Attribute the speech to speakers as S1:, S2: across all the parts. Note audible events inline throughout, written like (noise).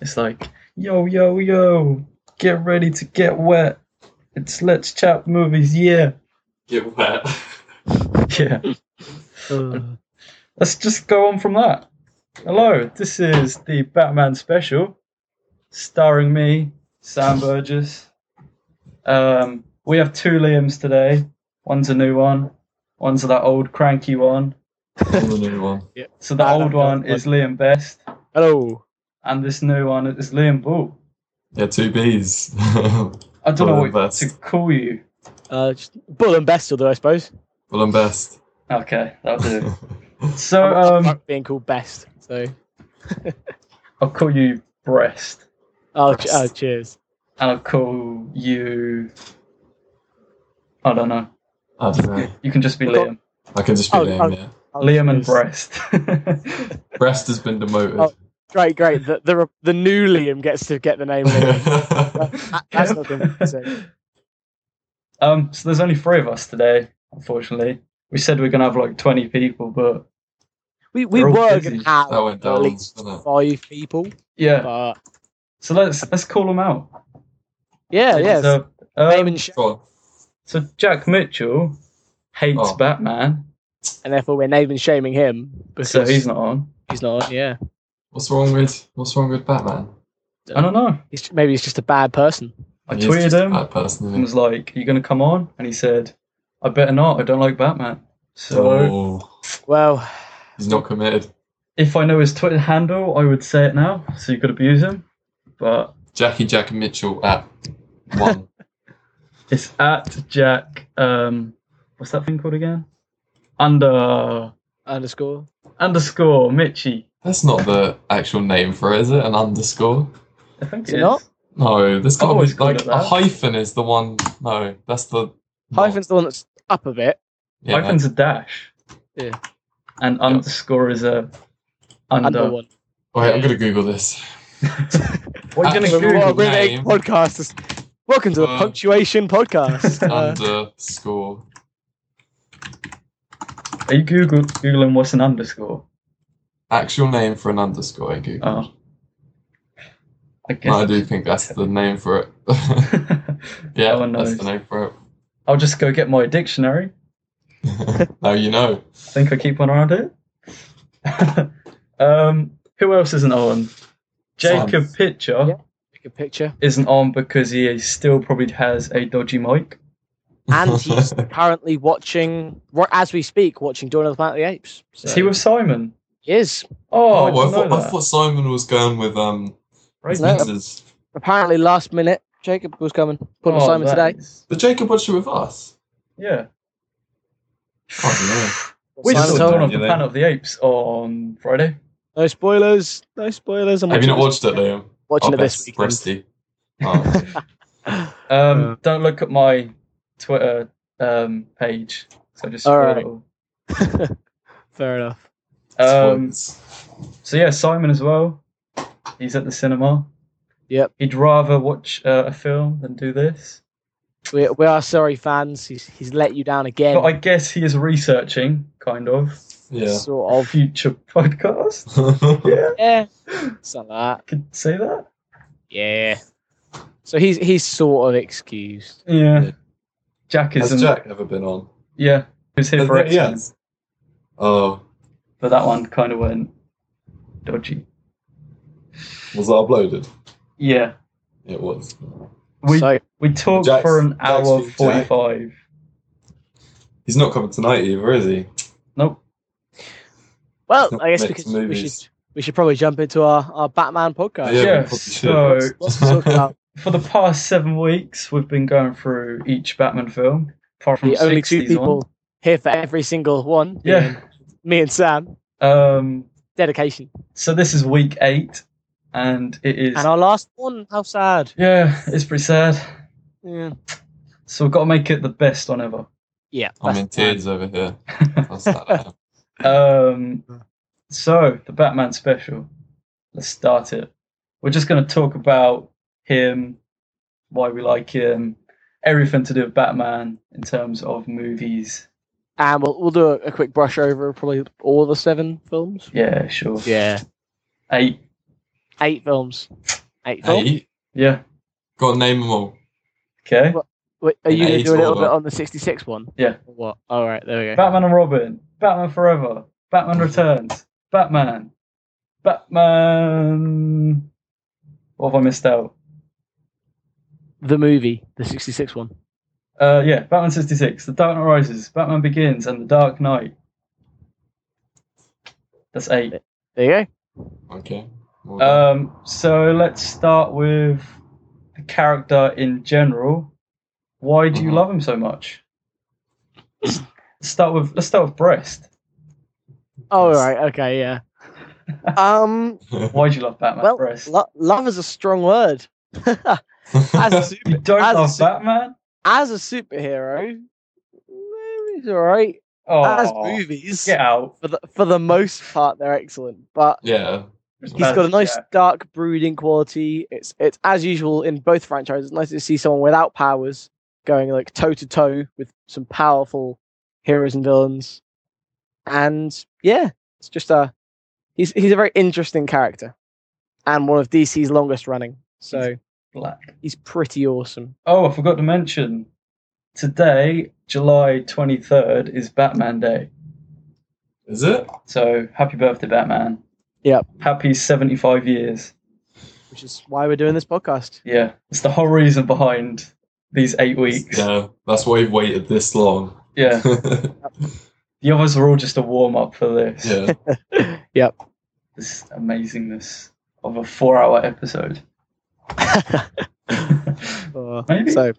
S1: It's like, yo, yo, yo, get ready to get wet. It's Let's Chat Movies, yeah. (laughs)
S2: Get wet.
S1: Yeah.
S3: Uh,
S1: Let's just go on from that. Hello, this is the Batman special, starring me, Sam Burgess. Um, we have two Liams today. One's a new one, one's that old cranky one.
S2: On the new one.
S1: So the
S3: Ah,
S1: old
S3: that
S1: one
S3: feels
S1: is Liam Best,
S3: hello.
S1: and this new one is Liam Bull.
S2: Yeah, two B's. (laughs)
S1: I don't know
S2: Well,
S1: what
S2: that's-
S1: to call you.
S3: Uh, just Bull and Best, though I suppose.
S2: well, I'm best.
S1: Okay, that'll
S2: (laughs)
S1: do.
S3: i
S1: so um,
S3: being called Best. So,
S1: I'll call you Breast,
S3: oh, ch-
S2: Best.
S3: oh cheers.
S1: and I'll call you. I don't know.
S2: I don't know.
S1: You can just be
S3: Well,
S1: Liam.
S2: I can just be
S3: Oh,
S2: Liam,
S3: oh.
S2: yeah.
S3: Oh,
S1: Liam and
S3: cheers.
S1: Breast.
S3: (laughs)
S2: Breast has been demoted. (laughs)
S3: Oh. Great, great. The, the re- the new Liam gets to get the
S1: (laughs)
S3: name. Liam. That- that's not good.
S1: um, so there's only three of us today, unfortunately. We said we are gonna have like 20 people, but
S3: We we
S1: We're all
S3: were
S1: busy.
S3: gonna have
S2: That went
S3: at
S2: down,
S3: least
S2: didn't it?
S3: five people,
S1: yeah.
S3: but
S1: So let's let's call them out.
S3: yeah, yeah. So,
S1: So, um,
S3: name and, sh-
S2: Go on.
S1: so Jack Mitchell hates
S2: Oh.
S1: Batman,
S3: and therefore we're name and shaming him because
S1: so he's not on.
S3: he's not. Yeah,
S2: What's wrong with What's wrong with Batman?
S1: I don't know.
S3: he's, maybe he's just a bad person.
S1: I
S2: He is
S1: tweeted
S2: just a
S1: him
S2: Bad person,
S1: and
S2: isn't he?
S1: was like, "Are you gonna come on?" And he said, "I better not. I don't like Batman." So
S2: Oh,
S3: Well,
S2: he's not committed.
S1: if I know his Twitter handle, I would say it now, so you could abuse him. But
S2: Jackie Jack Mitchell at
S1: (laughs)
S2: one.
S1: It's at Jack. Um, what's that thing called again? Under
S3: underscore.
S1: underscore Mitchy.
S2: That's not the actual name for it, is it? An underscore?
S1: I think
S3: Is
S1: it's
S3: it not?
S2: No, there's got to
S1: always
S2: be
S1: called
S2: like
S1: it
S2: a
S1: that.
S2: hyphen is the one. No, that's the
S3: Hyphen's the one that's up a bit.
S2: Yeah.
S1: Hyphen's a dash.
S3: Yeah.
S1: And underscore is a under. (laughs)
S3: Under one.
S2: Wait, I'm gonna Google this.
S1: What are you gonna
S2: Actually,
S3: Well,
S1: Google?
S2: what-
S3: we're a
S2: name.
S3: podcast. is- Welcome to the
S2: Uh, um,
S3: punctuation
S2: (laughs)
S3: podcast.
S1: Uh-huh.
S3: Uh,
S2: underscore.
S1: Are you Google googling what's an underscore?
S2: Actual name for an underscore. I Google.
S1: Oh. I guess.
S2: No, I do think that's the name for it. (laughs)
S1: (laughs)
S2: yeah,
S1: No one
S2: that's
S1: knows.
S2: the name for
S1: I'll just go get my dictionary.
S2: it.
S1: (laughs)
S2: (laughs) now you know.
S1: I think I keep one around it. (laughs) um, who else isn't on? Jacob
S2: Sam.
S1: Pitcher.
S3: Yeah. Take a picture.
S1: isn't on because he still probably has a dodgy mic.
S3: And he's currently watching, ri- as we speak, watching Dawn of the Planet of the Apes. So
S1: Is he with Simon?
S3: he is.
S1: Oh,
S2: Oh,
S1: I
S2: I,
S1: didn't
S2: thought,
S1: know
S2: I
S1: that.
S2: thought Simon was going with um.
S1: Right.
S2: his
S3: No.
S2: missus.
S3: Apparently, last minute, Jacob was coming. Putting
S1: Oh,
S3: Simon
S1: that
S3: today.
S1: is-
S2: Did Jacob watch it with us?
S1: Yeah.
S2: Oh,
S1: We just
S2: Simon
S3: Simon's
S1: saw Dawn
S2: told him,
S1: of the
S2: you know.
S1: Planet of the Apes on Friday.
S3: No spoilers. No spoilers. I'm
S2: no. Have you
S3: watching,
S2: not watched it, Liam?
S3: watching it
S2: that's
S3: this
S2: Breasty.
S3: weekend.
S1: (laughs) Um,
S2: Oh,
S3: Uh.
S1: don't look at my Twitter um, page. So I just
S3: All
S1: scroll Um,
S3: right.
S1: it all.
S3: Fair enough.
S1: Um,
S2: spoilers.
S1: so yeah, Simon as well. He's at the cinema.
S3: Yep.
S1: He'd rather watch uh, a film than do this.
S3: We, we are sorry, fans. He's he's let you down again.
S1: But I guess he is researching, kind of,
S2: yeah.
S3: Sort
S1: a
S3: of.
S1: future podcast. (laughs) Yeah,
S3: Yeah. Something like that.
S1: could say that.
S3: Yeah. So he's he's sort of excused.
S1: Yeah.
S2: Yeah.
S1: Jack
S2: Has
S1: isn't.
S2: Jack ever been on?
S1: Yeah, who's here for
S2: Has-
S1: X
S2: yeah. Oh,
S1: But that one kind of went dodgy.
S2: was that uploaded?
S1: Yeah,
S2: It was.
S1: we
S3: so
S1: we talked
S2: Jack's-
S1: for an
S2: Jack's
S1: hour
S2: been Jack.
S1: forty-five.
S2: He's not coming tonight either, is he?
S1: Nope.
S3: well,
S2: not
S3: I guess
S2: mixed
S3: because we
S2: movies.
S3: should we should probably jump into our, our Batman podcast.
S2: we
S1: Yeah,
S2: probably
S1: so-
S2: should.
S3: Lots to talk about.
S1: For the past seven weeks, we've been going through each Batman film, apart from
S3: the only two
S1: 60s
S3: people here for every single one.
S1: Yeah.
S3: being Me and Sam.
S1: on. Um,
S3: Dedication.
S1: so this is week eight, and it is.
S3: And our last one. How sad.
S1: yeah, it's pretty sad.
S3: Yeah.
S1: So we've got to make it the best one ever. (laughs)
S3: Yeah.
S2: I'm
S3: that's
S2: in
S3: the plan.
S2: tears over here. That's
S3: (laughs)
S2: that.
S1: Um, so the Batman special. Let's start it. We're just going to talk about him, why we like him, everything to do with Batman in terms of movies.
S3: And we'll we'll do a, a quick brush over of probably all the seven films.
S1: Yeah, sure.
S3: Yeah.
S1: Eight.
S3: Eight films. Eight. four?
S2: Eight.
S1: Yeah.
S2: Got to name them all.
S1: Okay.
S3: Wait, are
S2: in
S3: you going to
S2: eight
S3: do a little
S2: order.
S3: bit on the 66 one?
S1: Yeah.
S3: Or what? All right, there we
S1: (laughs)
S3: go.
S1: Batman and Robin. Batman Forever. Batman Returns. Batman. Batman. What have I missed out?
S3: The movie, the 66 one.
S1: Uh, yeah, Batman 66, The Dark Knight Rises, Batman Begins, and The Dark Knight. That's eight.
S3: There you
S2: Okay. Well done.
S3: Uh,
S1: Um, so let's start with the character in general. Why do you
S2: Mhm.
S1: love him so much? Let's start with let's start with Breast.
S3: go. All
S2: Yes.
S3: Oh, right, okay, yeah. um,
S1: Why do you love Batman
S3: well,
S1: Breast?
S3: lo- love is a strong word. (laughs) as,
S2: (laughs)
S3: (laughs) a super-
S1: you don't
S3: as a
S1: love
S3: super-
S1: Batman?
S3: as a superhero, eh, he's all right. As
S1: Oh,
S3: movies,
S1: get out.
S3: for the for the most part, they're excellent. But
S2: yeah.
S3: he's got a nice
S1: Yeah.
S3: dark brooding quality. It's it's as usual in both franchises. Nice to see someone without powers going like toe to toe with some powerful heroes and villains. And yeah, it's just a he's he's a very interesting character, and one of DC's longest running. So
S1: black.
S3: he's pretty awesome.
S1: Oh, I forgot to mention. Today, July twenty third, is Batman Day.
S2: Is it?
S1: So happy birthday, Batman.
S3: Yep.
S1: Happy seventy five years.
S3: Which is why we're doing this podcast.
S1: Yeah, it's the whole reason behind these eight weeks. Yeah,
S2: Yeah. That's why you've waited this long.
S1: the others are all just a warm up for this.
S2: (laughs) yeah.
S3: yep. (laughs)
S1: This amazingness of a four hour
S2: (laughs)
S1: episode.
S3: Uh,
S1: Maybe.
S3: So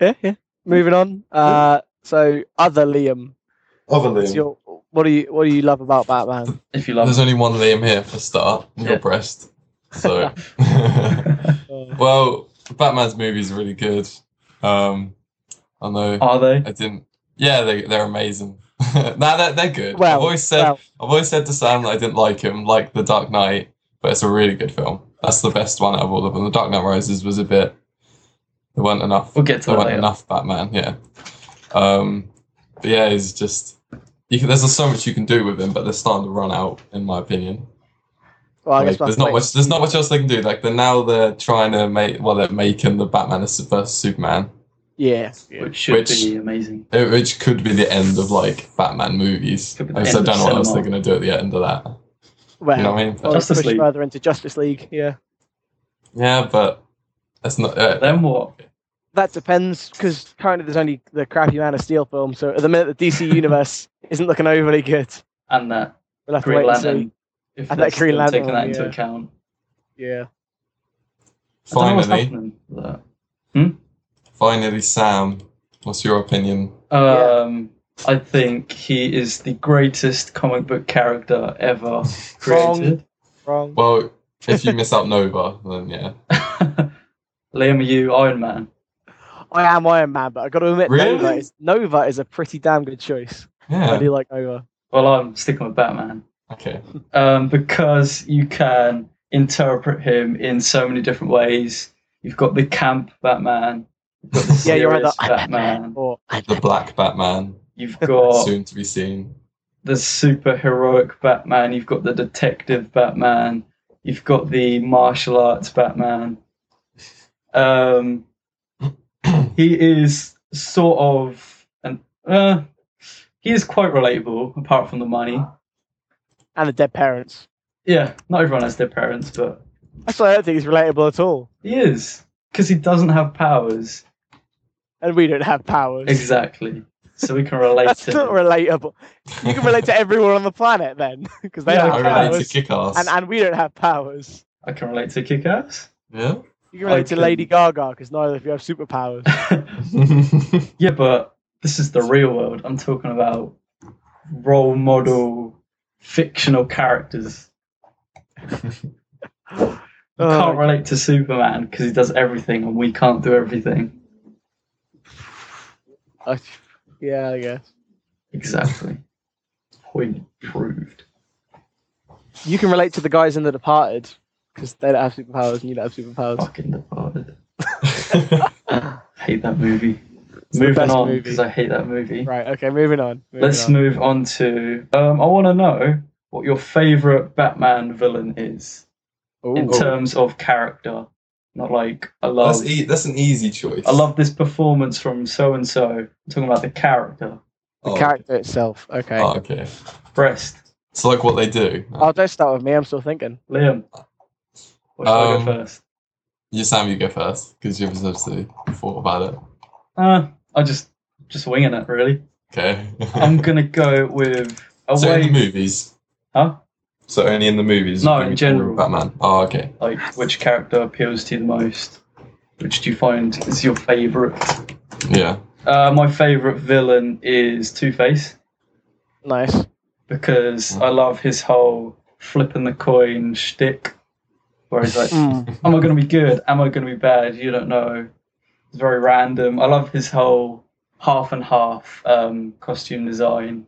S3: yeah, yeah. Moving on. Uh, so other Liam,
S2: Other
S3: what's
S2: Liam.
S3: your, what do you what do you love
S2: (laughs)
S3: about Batman?
S1: if you love
S2: There's only one Liam here for start.
S1: Yeah.
S2: Your breast.
S3: (laughs)
S2: So. (laughs)
S1: it.
S2: well, Batman's movies are really good. Um, I
S3: Oh.
S2: know.
S1: (laughs) Are they?
S2: I didn't. Yeah, they they're amazing. (laughs) nah, they're, they're good.
S3: Well,
S2: I've always said
S3: well.
S2: I've always said to Sam that I didn't like him, like The Dark Knight, but it's a really good film. That's the best one out of all of them. The Dark Knight Rises was a bit. There weren't enough.
S1: We'll get to
S2: There
S1: that
S2: weren't
S1: later.
S2: enough Batman. Yeah. Um, but yeah, it's just. You can, there's so much you can do with him, but they're starting to run out, in my opinion.
S3: Well, I
S2: Like,
S3: guess we'll
S2: there's
S3: have to
S2: not
S3: wait.
S2: much. There's not much else they can do. Like they're now they're trying to make. Well, they're making the Batman as versus Superman,
S3: Yeah.
S1: Which should
S2: Which-
S1: be amazing.
S2: eh, which could be the end of like Batman movies.
S1: Could be the
S2: Like, so I
S1: end
S2: don't
S1: of
S2: know what else they're
S1: cinema.
S2: going to do at the end of that.
S3: Well,
S2: You know what I mean?
S3: well,
S2: But-
S3: let's
S1: Justice
S3: push
S1: League.
S3: further into Justice League. Yeah,
S2: yeah, but that's not. Uh,
S1: Then what?
S3: that depends because currently there's only the crappy Man of Steel film. So at the minute, the DC universe (laughs) isn't looking overly good.
S1: And that
S3: We'll have
S1: Green
S3: to wait and see.
S1: Lantern. If
S3: And
S1: they're
S3: that Green
S1: still
S3: Lantern
S1: taking that
S3: one,
S1: into
S3: yeah.
S1: account.
S3: Yeah.
S1: I don't know what's
S2: finally,
S1: happening with that.
S2: finally, Sam. What's your opinion?
S1: Um, I think he is the greatest comic book character ever created. (laughs)
S3: Wrong.
S2: Well, if you miss out Nova, then yeah.
S1: Liam, are you Iron Man?
S3: I am Iron Man, but I got to admit, Nova,
S2: Really?
S3: is, Nova is a pretty damn good choice. I
S2: Yeah.
S3: do like Nova.
S1: Well, I'm sticking with Batman
S2: Okay.
S1: um, because you can interpret him in so many different ways. You've got the camp Batman. You've got the
S3: (laughs) Yeah, you're
S1: serious
S3: either I'm
S1: Batman.
S3: (laughs) or I'm
S2: The Black Batman,
S1: You've got
S2: soon to be seen.
S1: the super heroic Batman. You've got the detective Batman. You've got the martial arts Batman. Um, he is sort of an uh, he is quite relatable apart from the money.
S3: and the dead parents.
S1: Yeah, not everyone has their parents, but
S3: That's why I don't think he's relatable at all.
S1: he is because he doesn't have powers
S3: And we don't have powers.
S1: exactly. So we can relate
S3: (laughs) That's
S1: to
S3: not
S1: him.
S3: relatable. You can relate to everyone on the planet then, (laughs) because they
S1: Yeah,
S2: (laughs)
S3: don't
S2: I
S3: have
S2: relate
S3: powers.
S2: to Kick-Ass.
S3: And, and we don't have powers.
S1: I can relate to Kick-Ass. (laughs)
S3: You can relate to
S1: can-
S3: Lady Gaga, because neither of you
S2: (laughs)
S3: have superpowers.
S2: yeah.
S1: Yeah, but this is the real world. I'm talking about role model fictional characters. You
S3: Oh,
S1: can't relate to Superman because he does everything and we can't do everything.
S3: I- yeah, I guess.
S1: Exactly. Point proved.
S3: You can relate to the guys in The Departed, because they don't have superpowers and you don't have superpowers.
S1: Fucking departed. (sighs)
S3: right,
S1: Hate that movie.
S3: the
S1: Moving
S3: best
S1: on
S3: movie.
S1: because I hate that movie.
S3: okay, moving on. Moving
S1: Let's
S3: on.
S1: move on to. Um, I want to know what your favorite Batman villain is. in
S3: Ooh.
S1: terms of character. Not like I love
S2: That's, e- that's an easy choice.
S1: I love this performance from so and so. Talking about the character.
S3: the
S2: Oh,
S3: character itself. Okay.
S2: Oh, okay.
S1: Breast.
S2: It's like what they do.
S3: I'll don't start with me. I'm still thinking.
S1: Liam. What should I go
S2: Um,
S1: first?
S2: You, Sam, you go first because you've obviously thought about it.
S1: Uh, I just just winging it really.
S2: Okay.
S1: I'm gonna go with
S2: (laughs) so in the
S1: away
S2: movies.
S1: Huh?
S2: So only in the movies.
S1: No,
S2: when
S1: in
S2: you
S1: general.
S2: call Batman. Oh, okay.
S1: like which character appeals to you the most? Which do you find is your favourite?
S2: Yeah.
S1: Uh, my favourite villain is Two Face.
S3: Nice.
S1: because I love his whole flipping the coin shtick, where he's like,
S3: Mm.
S1: "Am I going to be good? Am I going to be bad? You don't know." It's very random. I love his whole half and half um, costume design.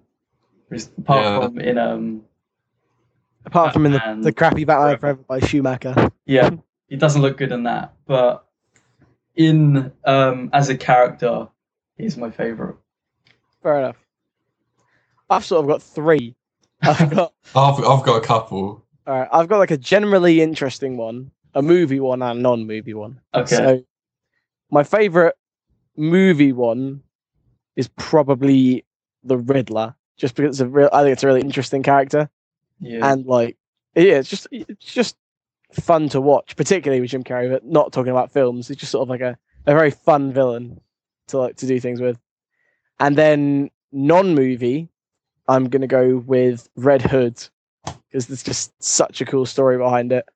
S1: He's- Apart
S2: Yeah.
S1: from in um,
S3: Apart from in the,
S1: Batman.
S3: the crappy Batman Forever by Schumacher.
S1: yeah, he doesn't look good in that, but in um, as a character, he's my favorite.
S3: Fair enough. I've sort of got three. (laughs) I've got
S2: I've, I've got a couple.
S3: all right. I've got like a generally interesting one, a movie one, and a non-movie one.
S1: Okay,
S3: So my favorite movie one is probably the Riddler, just because it's a real. I think it's a really interesting character.
S1: yeah,
S3: and like yeah, it's just it's just fun to watch, particularly with Jim Carrey. But not talking about films, it's just sort of like a, a very fun villain to like to do things with. And then non movie, I'm gonna go with Red Hood because there's just such a cool story behind it.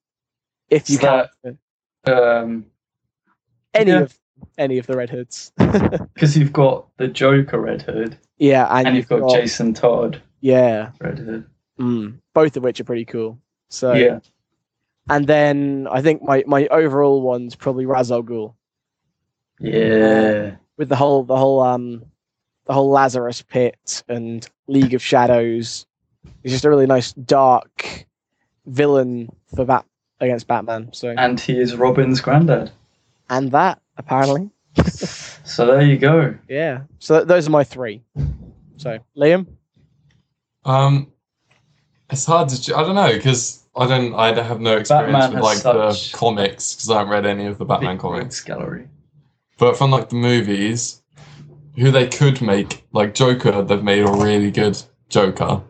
S3: If you
S1: Is that-
S3: can
S1: Um
S3: any
S1: yeah.
S3: of any of the Red Hoods,
S1: because you've got the Joker Red Hood
S3: yeah, and,
S1: and, you've got, Jason Todd
S3: yeah,
S1: Red Hood.
S3: mm, both of which are pretty cool. So
S1: yeah.
S3: and then I think my my overall one's probably Ra's al Ghul.
S1: Yeah.
S3: with the whole the whole um the whole Lazarus pit and League of Shadows. It's just a really nice dark villain for Bat against Batman. So
S1: And he is Robin's granddad.
S3: and that apparently,
S1: So there you go.
S3: yeah. So th- those are my three. So Liam, (laughs)
S2: Um, it's hard to. Cho- I don't know because I don't. I don't have no experience
S1: Batman
S2: with like
S1: has such-
S2: the comics because I haven't read any of the Batman
S1: Big
S2: comics.
S1: Briggs gallery.
S2: But from like the movies, who they could make like Joker, they've made a really good Joker.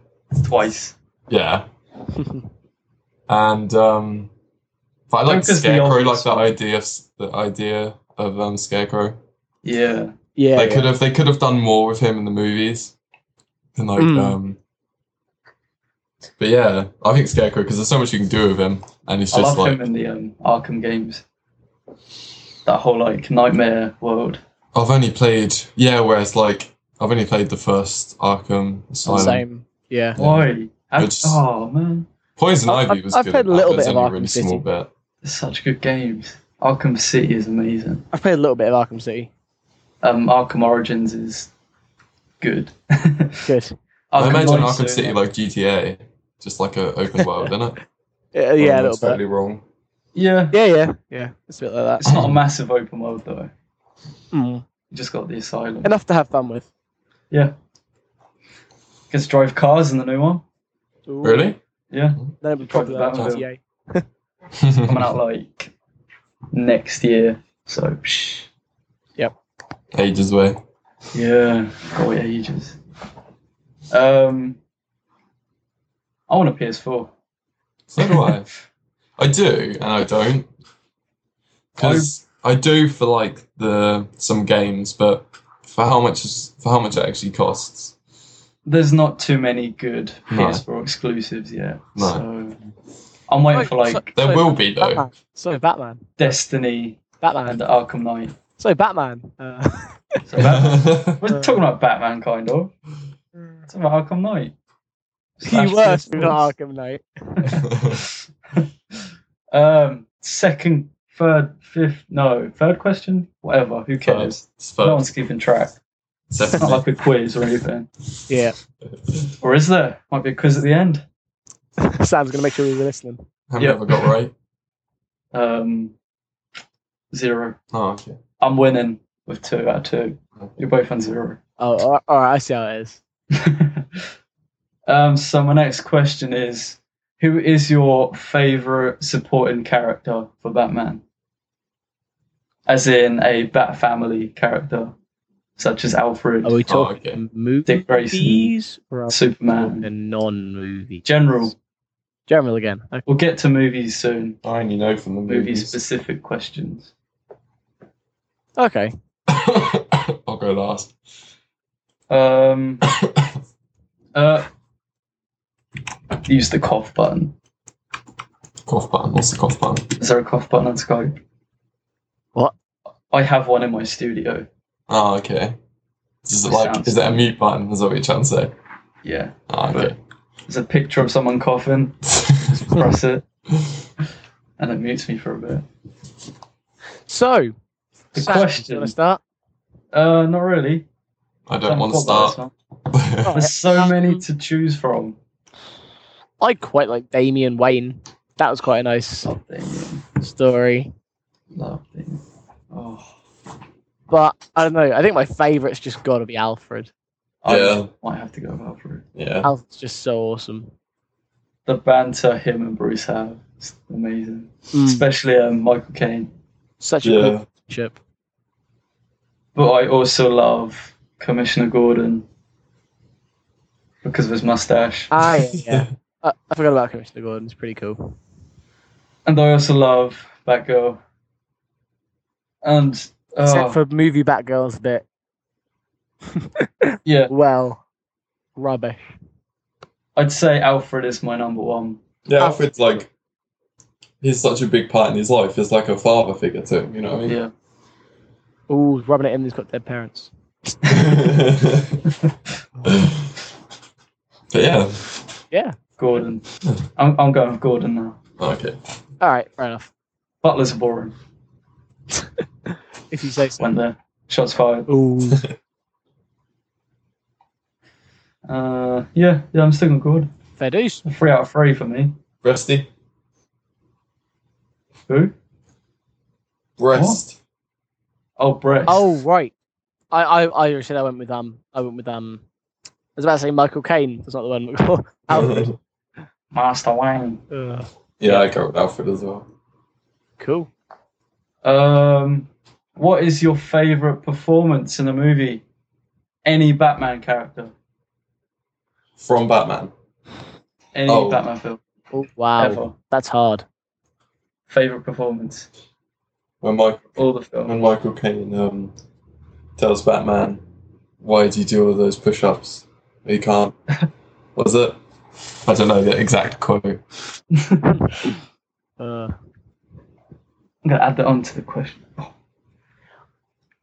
S1: Twice.
S2: Yeah, and um, but I like
S1: Joker's the
S2: Scarecrow.
S1: obvious
S2: Like that
S1: one.
S2: idea, of, s- the idea of um Scarecrow.
S1: Yeah.
S3: yeah,
S2: they
S3: yeah.
S2: could have. They could have done more with him in the movies. And like
S3: Mm.
S2: um. But yeah, I think Scarecrow because there's so much you can do with him, and he's
S1: I
S2: just
S1: love
S2: like
S1: him in the um, Arkham games. That whole like nightmare world.
S2: I've only played yeah, whereas like I've only played the first Arkham Asylum.
S3: same. Yeah,
S1: Why? How-
S2: It's-
S1: Oh man.
S2: Poison
S3: I've-
S2: Ivy was
S3: I've
S2: good.
S3: played
S2: in
S3: a little
S2: that, but
S3: bit
S2: it's
S3: of
S2: only a
S3: Arkham
S2: really
S3: City.
S2: small bit.
S1: There's such good games. Arkham City is amazing.
S3: I've played a little bit of Arkham City.
S1: Um Arkham Origins is good. (laughs)
S3: Good.
S2: I
S1: Arkham
S2: imagine
S1: Knight's
S2: Arkham
S1: so-
S2: City like GTA, just like a
S3: (laughs)
S2: open world, isn't it?
S3: Uh, yeah, a
S2: That's
S3: little bit.
S2: totally wrong.
S1: Yeah.
S3: Yeah, yeah, yeah. It's a bit like that.
S1: It's
S2: (laughs)
S1: not a massive open world though.
S3: Mm.
S1: You just got the asylum.
S3: Enough to have fun with.
S1: Yeah. Gets to drive cars in the new one.
S3: Ooh.
S2: Really?
S1: Yeah.
S3: Then it'd be
S1: Probably
S3: probably
S1: that one.
S3: like GTA.
S1: coming
S2: (laughs)
S1: out like next year. So psh,
S2: Ages away.
S1: yeah, got wait ages. Um, I want a PS4.
S2: So do I. I do, and I don't. Because I do for like the some games, but for how much is- for how much it actually costs.
S1: (laughs) There's not too many good
S2: No.
S1: PS4 exclusives yet.
S2: No.
S1: So I'm waiting for like
S2: There will be though.
S3: (laughs) Batman. So Batman.
S1: Destiny and
S3: Batman.
S1: Arkham Knight.
S3: So Batman. Uh,
S1: So
S2: (laughs)
S1: Batman. We're talking about Batman, kind of. It's about Arkham Knight.
S3: he
S1: Slash
S3: was
S1: PS4.
S3: not Arkham Knight.
S1: (laughs) Um, second, third, fifth, no, third question? Whatever, who cares?
S2: It's
S1: No
S2: first,
S1: one's keeping track. It's not
S2: (laughs) definitely.
S1: like a quiz or anything.
S3: Yeah,
S1: Or is there? Might be a quiz at the end.
S3: (laughs) Sam's gonna make sure we were listening.
S2: Have
S1: Yeah.
S2: you ever got right?
S1: Um, zero.
S2: Oh, okay.
S1: I'm winning with two out of two. You're both on zero. (laughs)
S3: Oh, all right, all right, I see how it is.
S1: um, so my next question is Who is your favorite supporting character for Batman? As in a Bat Family character, such as Alfred,
S3: Are we talking
S2: okay.
S3: movies
S1: Oh, Dick Grayson.
S3: or are we
S1: Superman,
S3: talking non-movie?
S1: General.
S3: General again. Okay.
S1: We'll get to movies soon.
S2: I only know from the
S1: Movie
S2: (laughs) movies.
S1: specific questions.
S3: Okay.
S2: I'll go last.
S1: Um, uh, use the cough button.
S2: Cough button. What's the cough button?
S1: Is there a cough button on Skype?
S3: What?
S1: I have one in my studio.
S2: Oh, okay. Is it like?
S1: Sounds-
S2: Is it a mute button? Is that what you're trying to say?
S1: Yeah.
S2: Oh, okay.
S1: There's a picture of someone coughing. Press it. And it mutes me for a bit.
S3: So,
S1: The
S3: Sam,
S1: question-
S3: Do you want to start?
S1: Uh, not really.
S2: (laughs) I don't want to
S1: Haven't thought about
S2: start.
S3: Oh,
S1: this one. There's so many to choose from.
S3: I quite like Damian Wayne. That was quite a nice
S1: Love Damien.
S3: story.
S1: Love Damien. Oh,
S3: But I don't know. I think my favourite's just got to be Alfred.
S1: I
S2: Yeah.
S1: might have to go with Alfred.
S2: (laughs) yeah.
S3: Alfred's just so awesome.
S1: The banter him and Bruce have is amazing.
S3: Mm.
S1: Especially um, Michael Caine.
S3: Such a good
S2: Yeah.
S3: ship.
S1: But I also love Commissioner Gordon because of his mustache.
S3: Ah, yeah. yeah. (laughs) uh, I forgot about Commissioner Gordon. It's pretty cool.
S1: And I also love Batgirl. And uh,
S3: Except for movie Batgirl's bit.
S1: yeah,
S3: Well, rubbish.
S1: I'd say Alfred is my number one.
S2: Yeah. Alfred's like. He's such a big part in his life. He's like a father figure to him. You know what I mean?
S1: Yeah.
S3: Ooh, rubbing it in. He's got dead parents.
S2: but (laughs) yeah,
S3: Yeah.
S1: Gordon. I'm, I'm going with Gordon now.
S2: okay.
S3: All right. Fair enough.
S1: Butler's boring.
S3: If you say so.
S1: Went there. Shots fired.
S3: Ooh.
S1: Uh, yeah, yeah, I'm still going Gordon.
S3: Fair dues.
S1: Three out of three for me.
S2: Rusty,
S1: Who?
S2: breast.
S1: Oh, Brett.
S3: Oh right. I I I already said I went with um I went with um I was about to say Michael Caine. That's not the one. (laughs) Alfred.
S1: Master Wayne.
S3: Ugh.
S2: (laughs) Yeah, I go with Alfred as well.
S3: Uh, cool.
S1: Um, what is your favorite performance in a movie? Any Batman character,
S2: From Batman.
S1: any
S2: Oh.
S1: Batman film
S3: Oh, wow.
S1: ever.
S3: That's hard.
S1: Favorite performance,
S2: When Michael
S1: all the film.
S2: when Michael Caine um, tells Batman, "Why do you do all those push-ups? He can't." (laughs) Was it? I don't know the exact quote.
S3: Uh,
S1: (laughs) I'm gonna add that on to the question. Oh.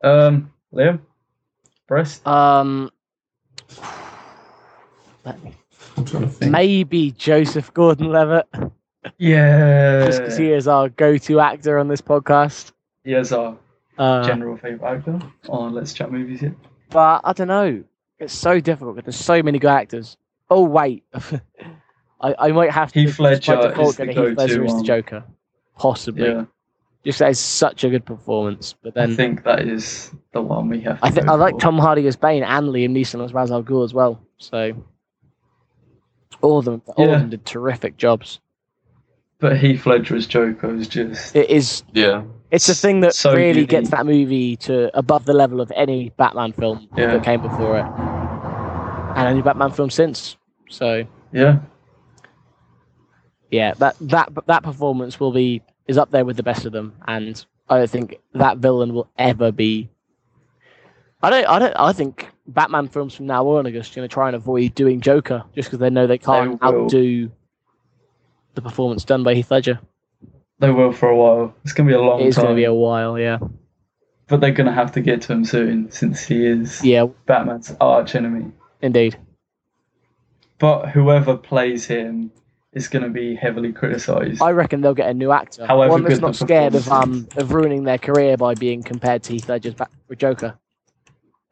S1: Um, Liam, breast.
S3: um. let me-
S2: I'm trying to think.
S3: Maybe Joseph Gordon-Levitt,
S1: Yeah.
S3: just because he is our go-to actor on this podcast.
S1: He is our
S3: Uh,
S1: general favorite actor on Let's Chat Movies here.
S3: but I don't know. It's so difficult because there's so many good actors. Oh wait, (laughs) I, I might have to.
S1: Heath
S3: just
S1: Ledger
S3: by default
S1: is the
S3: go to Heath Ledger
S1: go-to
S3: is the
S1: one.
S3: Joker, possibly.
S1: Yeah,
S3: Just that is such a good performance. But then
S1: I think that is the one we have.
S3: I,
S1: to
S3: th-
S1: go
S3: I like
S1: for.
S3: Tom Hardy as Bane and Liam Neeson as Ra's al Ghul as well. So all of them, all
S1: Yeah.
S3: of them did terrific jobs.
S1: but Heath Ledger as Joker is just
S3: It is.
S2: Yeah,
S3: It's a thing that
S1: So
S3: really
S1: unique.
S3: gets that movie to above the level of any Batman film
S1: Yeah.
S3: that came before it, and any Batman film since. So
S1: yeah.
S3: yeah, that that that performance will be is up there with the best of them, and I don't think that villain will ever be. I don't. I don't. I think Batman films from now on are just going to try and avoid doing Joker, just because they know they can't
S1: They will.
S3: outdo the performance done by Heath Ledger.
S1: They will for a while. It's gonna be a long
S3: It is
S1: time.
S3: going to be a while. Yeah.
S1: but they're going to have to get to him soon since he is
S3: Yeah.
S1: Batman's arch enemy.
S3: Indeed.
S1: But whoever plays him is going to be heavily criticised.
S3: I reckon they'll get a new actor,
S1: However
S3: one that's
S1: good the
S3: not scared of um
S1: performance
S3: of ruining their career by being compared to Heath Ledger's Bat-
S1: (laughs)
S3: Joker.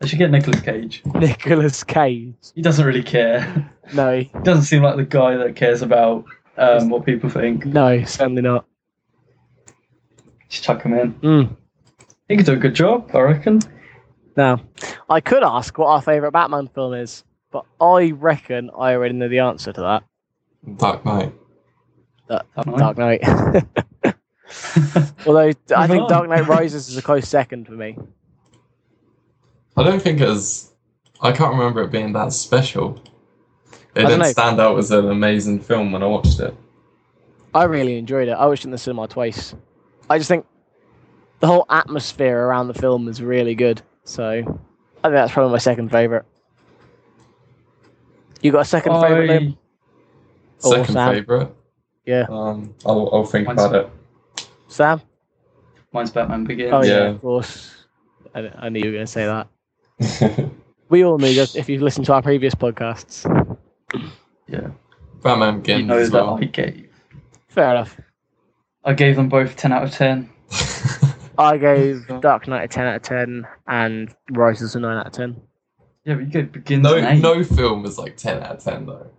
S1: They should get Nicolas Cage.
S3: Nicholas Cage.
S1: He doesn't really care. (laughs)
S3: No.
S1: He doesn't seem like the guy that cares about um, what people think.
S3: No. Certainly not.
S1: Just chuck him in.
S3: Mm.
S1: He could do a good job, I reckon. (laughs)
S3: Now, I could ask what our favourite Batman film is, but I reckon I already know the answer to that.
S2: Dark Knight.
S3: uh, uh,
S1: Fine.
S3: Dark Knight. (laughs) Although I
S1: Move
S3: think
S1: on.
S3: Dark Knight Rises is a close second for me.
S2: I don't think it's. I can't remember it being that special. It
S3: I don't
S2: didn't
S3: know.
S2: stand out as an amazing film when I watched it.
S3: I really enjoyed it. I watched it in the cinema twice. I just think the whole atmosphere around the film is really good. So I think that's probably my second favorite. You got a second favorite? Liam?
S1: I,
S3: Oh,
S2: Second
S3: Sam.
S2: favorite.
S3: Yeah.
S2: Um, I'll, I'll think
S1: Mine's-
S2: about it.
S3: Sam?
S1: mine's Batman Begins.
S3: Oh yeah,
S2: Yeah.
S3: of course. I, I knew you were going to say that.
S1: (laughs)
S2: Batman
S3: We all knew that if you've listened to our previous podcasts.
S2: Begins
S1: You know
S2: as
S1: that
S2: well.
S1: I gave.
S3: Fair enough.
S1: I gave them both 10 out of 10.
S3: I gave Dark Knight a ten out of ten and Rises a nine out of ten.
S1: Yeah, but you gave Begins an
S2: (laughs)
S1: 8.
S2: no, no film is like ten out of ten though.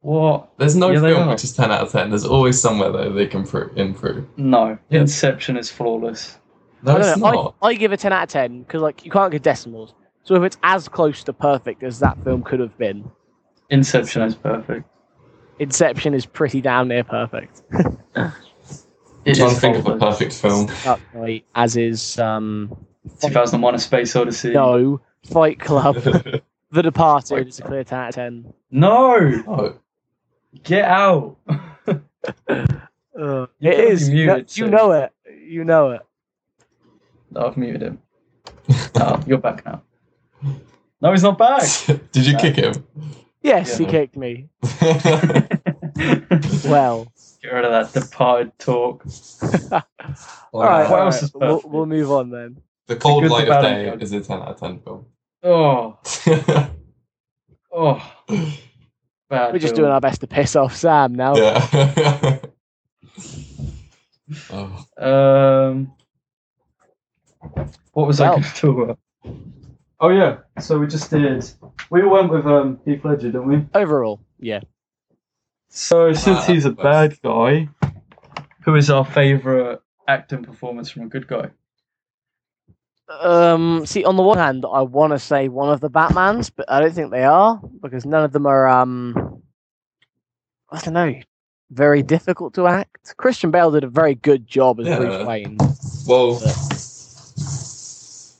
S1: What?
S2: There's no
S1: Yeah, they
S2: film
S1: are.
S2: which is ten out of ten. There's always somewhere though they can pro- improve.
S1: No.
S2: Yeah.
S1: Inception is flawless.
S2: No,
S3: I
S2: it's
S3: don't know.
S2: not.
S3: I, I give a 10 out of 10 because like you can't get decimals. So if it's as close to perfect as that film could have been,
S1: Inception is perfect.
S3: Inception is pretty damn near perfect.
S2: I'm
S1: It
S2: trying
S1: is
S2: to think of a
S1: flawless. (laughs)
S2: perfect film.
S3: Dark Knight, as is um
S1: 2001 A Space Odyssey.
S3: no
S1: (laughs)
S3: Fight Club,
S1: Oh.
S3: The
S2: Fight
S3: Departed is a clear 10 out of 10.
S1: No!
S2: oh,
S1: Get out! (laughs) You
S3: it
S1: could've
S3: is.
S1: been
S3: You know,
S1: muted,
S3: you
S1: so-
S3: know it. You know it.
S1: No, I've muted
S3: (laughs)
S1: him. Ah, you're back now. No, he's not
S3: (laughs)
S1: back.
S2: Oh, (laughs) did you
S1: Yeah.
S2: kick him? (laughs)
S3: Yes, he
S2: Yeah.
S3: kicked me.
S1: Get (laughs)
S3: Well,
S1: rid of that departed talk.
S3: all right.
S1: what
S3: all
S1: else
S3: right,
S1: is
S3: We'll,
S1: perfect?
S3: we'll move on then.
S2: The Cold
S1: Good, the
S2: Light of
S1: Bad
S2: Day
S1: and
S2: is a ten out of ten film.
S1: Oh,
S2: (laughs)
S1: oh, bad.
S3: We're just
S1: Bill.
S3: doing our best to piss off Sam now. (laughs)
S2: yeah. oh,
S1: Um, what was I
S3: Well.
S1: going to (laughs) talk about? Oh yeah, so we just did. We all went with um, Heath Ledger, didn't we?
S3: Overall, yeah.
S1: So since
S2: Ah,
S1: he's a
S2: that's-
S1: bad guy, who is our favourite acting performance from a good guy?
S3: Um, see, on the one hand, I want to say one of the Batmans, but I don't think they are because none of them are. Um, I don't know, very difficult to act. Christian Bale did a very good job as
S2: Yeah.
S3: Bruce Wayne.
S2: well,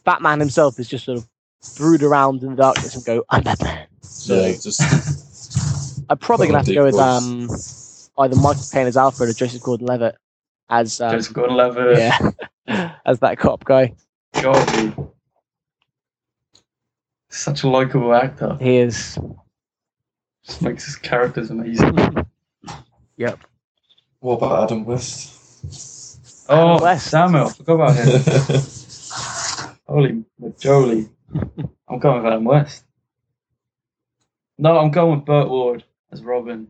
S3: Batman himself is just sort of brood around in the darkness and go, "I'm Batman."
S2: yeah, just
S3: I'm probably gonna
S2: Well,
S3: have to go with
S2: deep
S3: um, either Michael Caine as Alfred or Joseph Gordon-Levitt as um,
S1: Joseph Gordon-Levitt, (laughs)
S3: yeah, (laughs) as that cop guy.
S1: Garvey. Such a likable actor.
S3: He is. (laughs)
S1: Just makes his characters amazing.
S2: what about Adam
S3: (laughs)
S2: West?
S1: Oh,
S3: West.
S1: Samuel, I forgot about him.
S3: (laughs)
S1: Holy Jolie. I'm going with Adam West. No, I'm going with Burt Ward as Robin.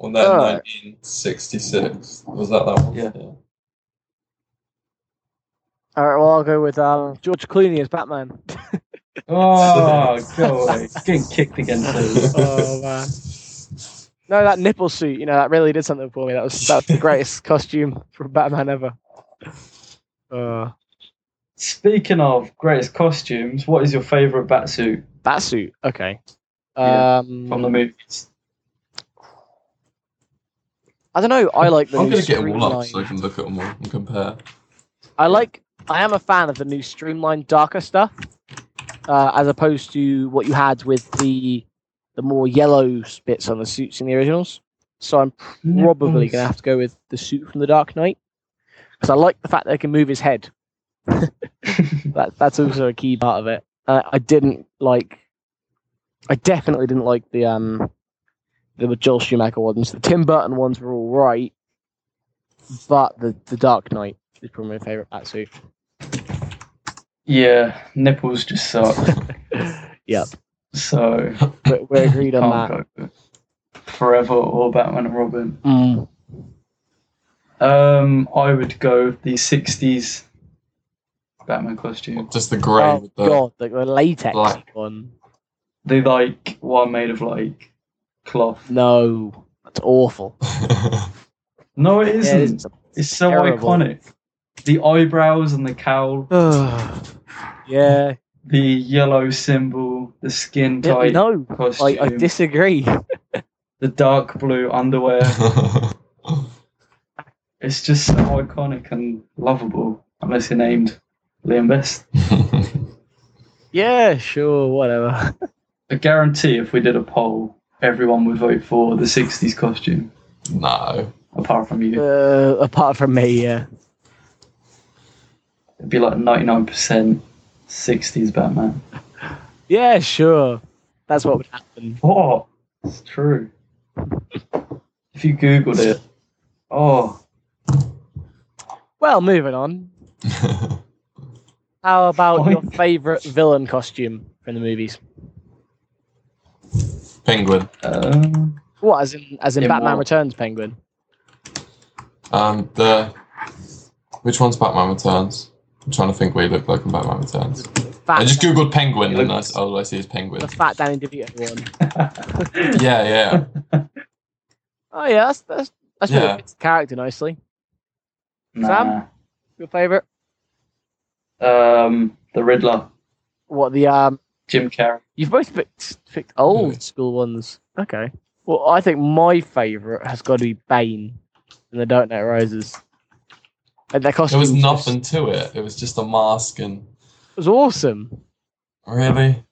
S2: On that
S3: Alright.
S2: 1966. Was that that one?
S1: Yeah.
S3: All right, well, I'll go with um, George Clooney as Batman. (laughs)
S1: Oh, go away. Getting kicked again too.
S2: (laughs)
S3: oh man. No, that nipple suit, you know, that really did something for me. That was that was
S2: (laughs)
S3: the greatest costume from Batman ever. Uh,
S1: Speaking of greatest costumes, what is your favourite batsuit
S3: that suit, okay.
S1: Yeah,
S3: Um,
S1: from the movies?
S3: I don't know. I like the
S2: I'm
S3: new
S2: gonna get them all up so I
S3: streamlined.
S2: can look at them all and compare.
S3: I like. I am a fan of the new streamlined, darker stuff, uh, as opposed to what you had with the the more yellow bits on the suits in the originals. So I'm
S1: Mm-hmm.
S3: probably going to have to go with the suit from the Dark Knight because I like the fact that I can move
S1: (laughs)
S3: his head. that that's also a key part of it. Uh, I didn't like. I definitely didn't like the um the Joel Schumacher ones. The Tim Burton ones were all right, but the the Dark Knight is probably my favorite Batsuit.
S1: Yeah, nipples just suck.
S3: (laughs) Yep,
S1: So
S3: we're,
S1: (laughs)
S3: we're agreed on
S1: can't
S3: that.
S1: go with Forever or Batman and Robin.
S3: Mm,
S1: Um, I would go with the '60s Batman costume.
S2: Just the grey
S3: Oh
S2: with the
S3: god, the, the latex
S2: black.
S3: one.
S1: The like one made of like cloth.
S3: No, that's awful.
S1: No, it
S3: Yeah, it
S1: isn't.
S3: is-
S1: it's so
S3: terrible.
S1: iconic. The eyebrows and the
S3: (sighs)
S1: cowl,
S3: yeah,
S1: the yellow symbol, the skin tight
S3: no,
S1: costume,
S3: I, I disagree.
S1: the dark blue underwear. it's just so iconic and lovable. Unless you're named Liam Best.
S3: Yeah, sure, whatever.
S1: I guarantee if we did a poll, everyone would vote for the 60s costume,
S2: (laughs) no. (laughs)
S1: apart from you.
S3: (laughs) Uh, apart from me, yeah.
S1: It'd be like 99% 60s Batman.
S3: Yeah, sure. That's what would happen.
S1: What? It's true. If you Googled it, oh,
S3: Well, moving on. How about your
S1: Fine.
S3: favourite villain costume from the movies?
S2: Penguin.
S1: um, (laughs)
S3: What, as in as in
S1: In
S3: Batman
S1: what?
S3: Returns Penguin?
S2: Um, the which one's Batman Returns? I'm trying to think what he looked like in Batman Returns.
S3: Fat
S2: I just
S3: Dan-
S2: googled penguin
S1: He
S2: and I,
S1: looks-
S2: all I see is penguin.
S3: the fat Danny DeVito one.
S2: Yeah, yeah.
S3: Oh yeah, that's that's that's
S2: Yeah.
S3: really fits the character nicely.
S1: nah.
S3: Your favourite?
S1: Um, the Riddler,
S3: What the um?
S1: Jim Carrey.
S3: You've both picked picked old
S2: Yeah.
S3: school ones. Okay. Well, I think my favourite has got to be Bane in The Dark Knight Rises. And their
S2: There
S3: costume
S2: was nothing to it. It was just a mask and
S3: It was awesome.
S2: really.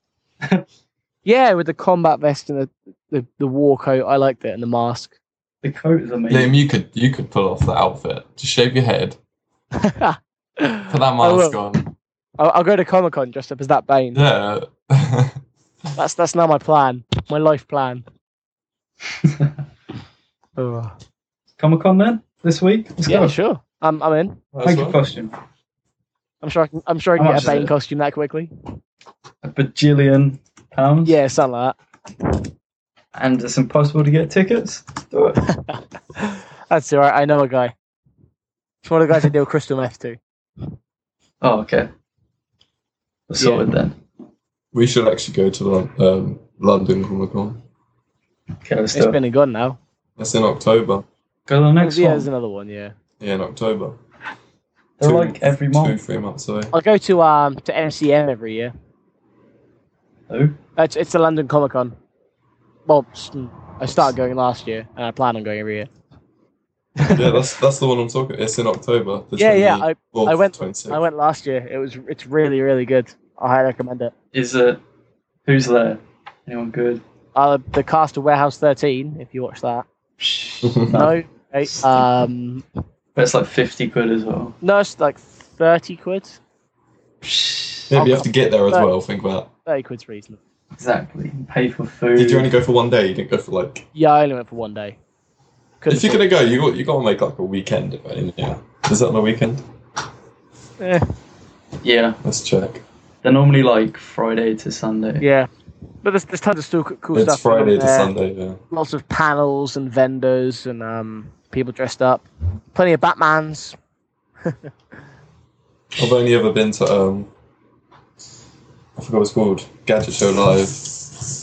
S3: Yeah, with the combat vest and the the, the war coat, I liked it, and the mask. (laughs)
S1: The coat is amazing. (laughs)
S2: Liam, you could you could pull off that outfit. Just shave your head, put that
S3: I will.
S2: mask on.
S3: I'll, I'll go to Comic Con dressed up as
S2: (laughs)
S3: that Bane.
S2: Yeah. (laughs)
S3: That's that's now my plan, my life plan. Ugh.
S1: Comic Con then this week. Let's
S3: Yeah,
S1: go.
S3: sure. I'm I'm in.
S1: Make a costume.
S3: I'm sure I can. I'm sure I
S1: How
S3: can
S1: much
S3: get
S1: is
S3: a Bane
S1: it?
S3: costume that quickly.
S1: A bajillion pounds.
S3: Yeah, something like
S1: And it's impossible to get tickets. Do it.
S3: that. That's all right. I know a guy. It's one of the guys I deal crystal meth to.
S1: Oh, okay. We're
S3: Yeah.
S1: sorted then.
S2: we should actually go to Lon- um, London Comic Con.
S1: Okay, let's
S3: It's
S1: do it.
S3: been and gone now.
S2: That's in October.
S1: Go to the next
S3: yeah,
S1: one.
S3: there's another one. Yeah,
S2: Yeah, in October.
S1: They're like every
S2: Two,
S1: month.
S2: three months away.
S3: I go to um to MCM every year.
S1: though.
S3: It's it's the London Comic Con. Well, s- I started going last year, and I plan on going every year.
S2: yeah, that's that's the one I'm talking. It's in October. the
S3: Yeah, yeah. I,
S2: 24th,
S3: I went-
S2: 26th.
S3: I went last year. It was it's really really good. I highly recommend it.
S1: (laughs) Is it? Who's there? Anyone good?
S3: Uh, the cast of Warehouse 13. If you watch that, no, okay. um,
S1: But it's like 50 quid as well.
S3: no, it's like 30 quid.
S2: Yeah, but you
S3: I'll-
S2: have to get there as
S3: but-
S2: well. Think about.
S3: 30 quid's reasonable.
S1: Exactly. You pay for food.
S2: it. Did you only go for one day? You didn't go for like.
S3: Yeah, I only went for one day. Couldn't
S2: if you're
S3: afford
S2: gonna go, you got you gotta make like a weekend of it. Yeah. Is that on a weekend?
S3: it. (laughs)
S1: yeah.
S2: Let's check.
S1: They're normally like Friday to Sunday.
S3: Eh, yeah. But there's, there's tons of still cool
S2: it's
S3: stuff. going on
S2: Friday to
S3: there.
S2: Sunday. Yeah.
S3: Lots of panels and vendors and um, people dressed up. Plenty of Batmans.
S2: I've only ever been to um. I forgot what it's called. Gadget Show Live,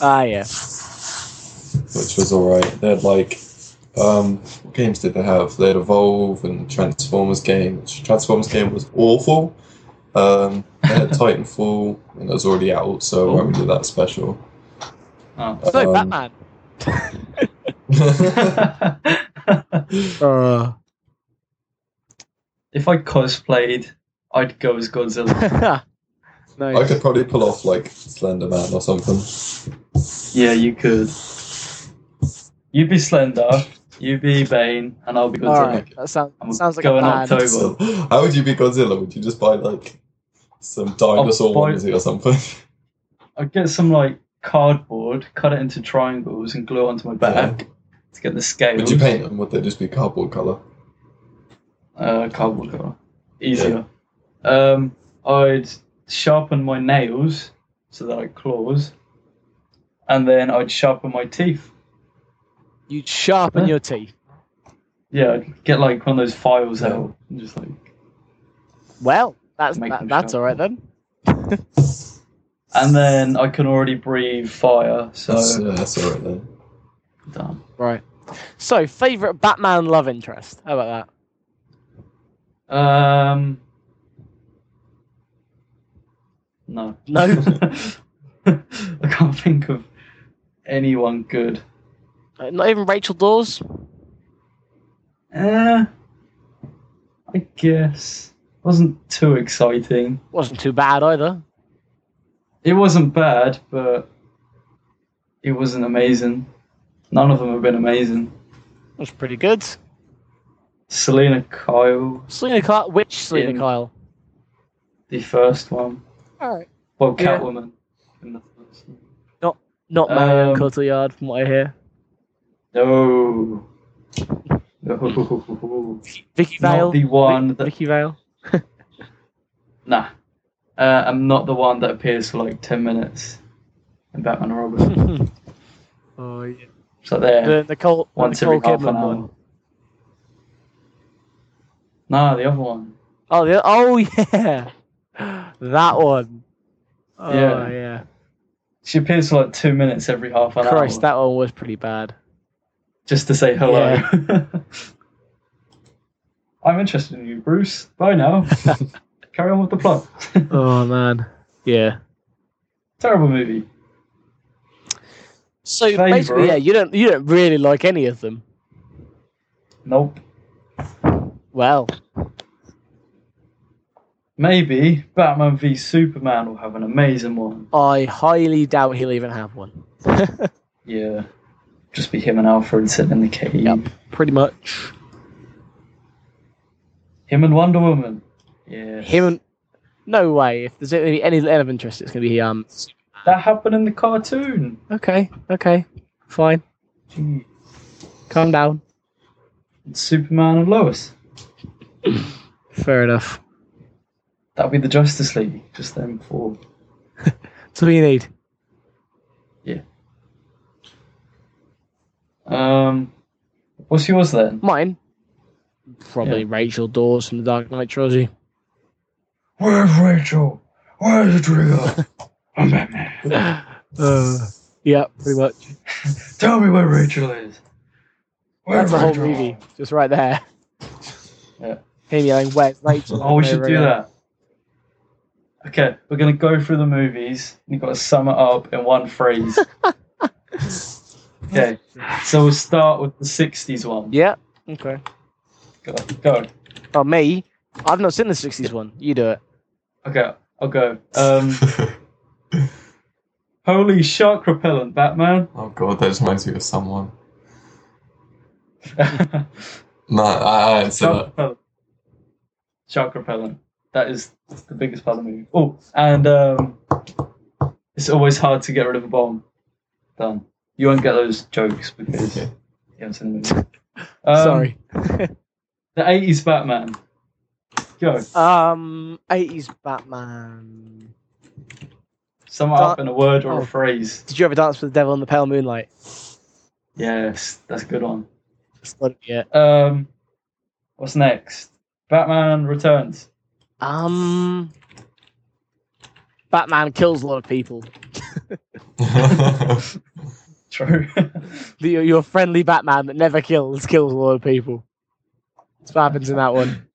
S3: Ah, yeah.
S2: which was alright. They had like. Um, what games did they have? They had Evolve and Transformers game. Which Transformers game was awful. Um, they had Titanfall, and it was already out, so why would we do that special?
S1: Oh.
S3: (laughs) It's no
S2: Um,
S1: (laughs)
S3: Batman. Uh, (laughs)
S1: if I cosplayed, I'd go as Godzilla.
S2: I
S3: nice.
S2: could probably pull off like Slender Man or something.
S1: yeah, you could. You'd be Slender, you'd be Bane, and I'll be
S3: All
S1: Godzilla.
S3: right. That sounds,
S1: I'm
S3: sounds like a
S1: going
S3: plan.
S1: October.
S2: So, how would you be Godzilla? Would you just buy like some dinosaur
S1: buy-
S2: onesie or something?
S1: I'd get some like cardboard, cut it into triangles, and glue it onto my back to get the scales.
S2: Would you paint them? Would they just be cardboard color?
S1: Uh, cardboard cover. Easier. Um, I'd sharpen my nails so that I claws, and then I'd sharpen my teeth.
S3: You'd sharpen
S1: Huh?
S3: your teeth.
S1: Yeah, I'd get like one of those files
S2: Yeah.
S1: out and just like,
S3: Well, that's,
S1: Make
S3: that,
S1: them
S3: that's
S1: sharp.
S3: all right then.
S1: and then I can already breathe fire. So
S2: That's, yeah, that's all right then.
S1: done.
S3: Right. So, favourite Batman love interest. How about
S1: Um, no,
S3: that? No?
S1: (laughs) I can't think of anyone good.
S3: Uh, Not even Rachel Dawes.
S1: Eh, guess. Wasn't too exciting.
S3: Wasn't too bad either.
S1: It wasn't bad, but it wasn't amazing. None of them have been amazing.
S3: It was pretty good.
S1: Selena Kyle,
S3: Selena Kyle. Which Selena
S1: Yeah.
S3: Kyle?
S1: the first one.
S3: All right.
S1: Well,
S3: Yeah.
S1: Catwoman. In the first one.
S3: Not Marion
S1: Um,
S3: Cotillard, from what I hear.
S1: No. No. (laughs)
S3: Vicky Vale.
S1: Not the one that.
S3: Vicky Vale.
S1: Nah. Uh, I'm not the one that appears for like 10 minutes in Batman and
S3: (laughs)
S1: Robin.
S3: (laughs) oh yeah.
S1: So there.
S3: The Nicole, the
S1: once
S3: Nicole
S1: every half an
S3: Kidman
S1: hour.
S3: one.
S1: Nah, the other one.
S3: Oh, the, oh (laughs) yeah, that one. Oh,
S1: Yeah.
S3: yeah,
S1: She appears for like two minutes every half an
S3: Christ,
S1: hour.
S3: that one was pretty bad.
S1: Just to say hello. (laughs) I'm interested in you, Bruce. Bye
S3: (laughs)
S1: now. Carry on with the plot.
S3: (laughs)
S1: (laughs)
S3: Oh man, yeah.
S1: Terrible movie.
S3: So
S1: Favourite?
S3: basically, yeah, you don't you don't really like any of them.
S1: Nope.
S3: Well,
S1: Maybe Batman v Superman will have an amazing one.
S3: I highly doubt he'll even have one.
S1: Yeah. Just be him and Alfred sitting in the cave.
S3: Yep. (laughs) Pretty much.
S1: Him and Wonder Woman. Yeah.
S3: Him. and- No way. If there's going to be any element of interest, it's going to be um.
S1: That happened in the cartoon.
S3: Okay. Okay. Fine.
S1: Gee.
S3: Calm down.
S1: Superman and Lois.
S3: Fair enough.
S1: That'd be the Justice League. Just them four.
S3: That's all you need.
S1: Um, what's yours then?
S3: Mine. Probably Rachel Dawes from the Dark Knight trilogy.
S1: Where's Rachel? Where's the
S3: (laughs)
S1: trigger? I'm Batman.
S3: (laughs) Uh, yeah, pretty much.
S1: Tell me where Rachel is.
S3: That's the whole movie, just right there.
S1: Yeah.
S3: Him yelling, "Where's Rachel?"
S1: Oh, we should
S3: Over
S1: do
S3: and over.
S1: that. Okay, we're gonna go through the movies. You've got to sum it up in one
S3: (laughs)
S1: phrase. okay, so we'll start with the '60s one.
S3: Yeah. Okay.
S1: Go. go.
S3: Oh, me. I've not seen the '60s one. You do it.
S1: Okay, I'll go. Um, holy shark repellent, Batman.
S2: (laughs) oh god, that just reminds me of someone. No, I, I haven't seen
S1: Shark
S2: it.
S1: repellent. Shark repellent. That is the biggest part of the movie. Oh, and um, it's always hard to get rid of a bomb. Done. You won't get those jokes because you
S2: Okay.
S1: haven't seen the movie. Um,
S3: Sorry.
S1: The eighties Batman. Go.
S3: Um, '80s Batman.
S1: Sum it up in a word or
S3: Oh.
S1: a phrase.
S3: Did you ever dance with the devil in the pale moonlight?
S1: Yes, that's a good one.
S3: That's not it yet.
S1: Um, what's next? Batman Returns. (laughs)
S3: Um, Batman kills a lot of people.
S1: True.
S3: The, your- your friendly Batman that never kills kills a lot of people. That's what happens in that one.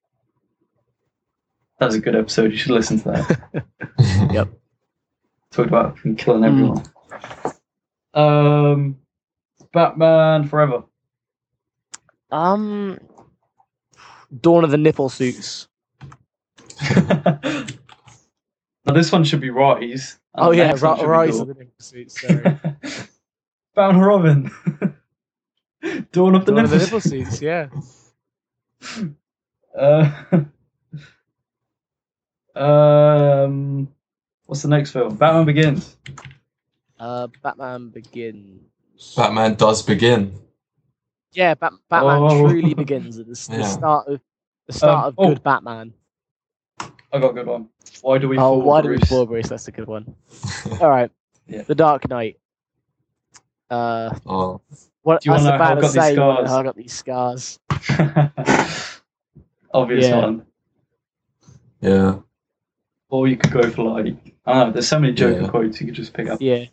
S1: that's a good episode. You should listen to that.
S3: Yep.
S1: talked about fucking killing
S3: Mm.
S1: everyone. Hmm. Um, Batman Forever. (laughs)
S3: Um, Dawn of the Nipple Suits.
S1: now this one should be Rise. and
S3: Oh
S1: the
S3: yeah,
S1: next one
S3: Ra-
S1: should be
S3: Rise of
S1: Dawn.
S3: the Nipple Suits. (laughs) Sorry.
S1: (laughs) Batman and Robin. (laughs) Dawn of the
S3: Dawn of
S1: Nipple.
S3: the Nipple Suits. Yeah.
S1: (laughs) Uh, um, what's the next film? Batman Begins.
S3: Uh, Batman begins.
S2: (laughs) Batman does begin. (laughs)
S3: yeah, Bat- Batman
S1: Oh.
S3: truly begins at the, s- the
S2: Yeah.
S3: start of the start
S1: Um,
S3: of
S1: oh.
S3: good Batman.
S1: I got a good one. Why do we?
S3: oh,
S1: fall,
S3: why do we
S1: Bruce?
S3: fall, Bruce? That's a good one. All right.
S1: Yeah.
S3: The Dark Knight. Uh,
S2: Oh,
S3: what?
S1: Do you
S3: That's
S1: wanna know how I
S3: about
S1: got
S3: to
S1: these
S3: say. you wanna know
S1: scars?
S3: how I got these scars.
S1: (laughs) Obvious
S3: Yeah.
S1: one.
S2: yeah.
S1: Or you could go for like I don't know. There's so many Joker
S2: Yeah.
S1: quotes you could just pick up.
S3: Yeah.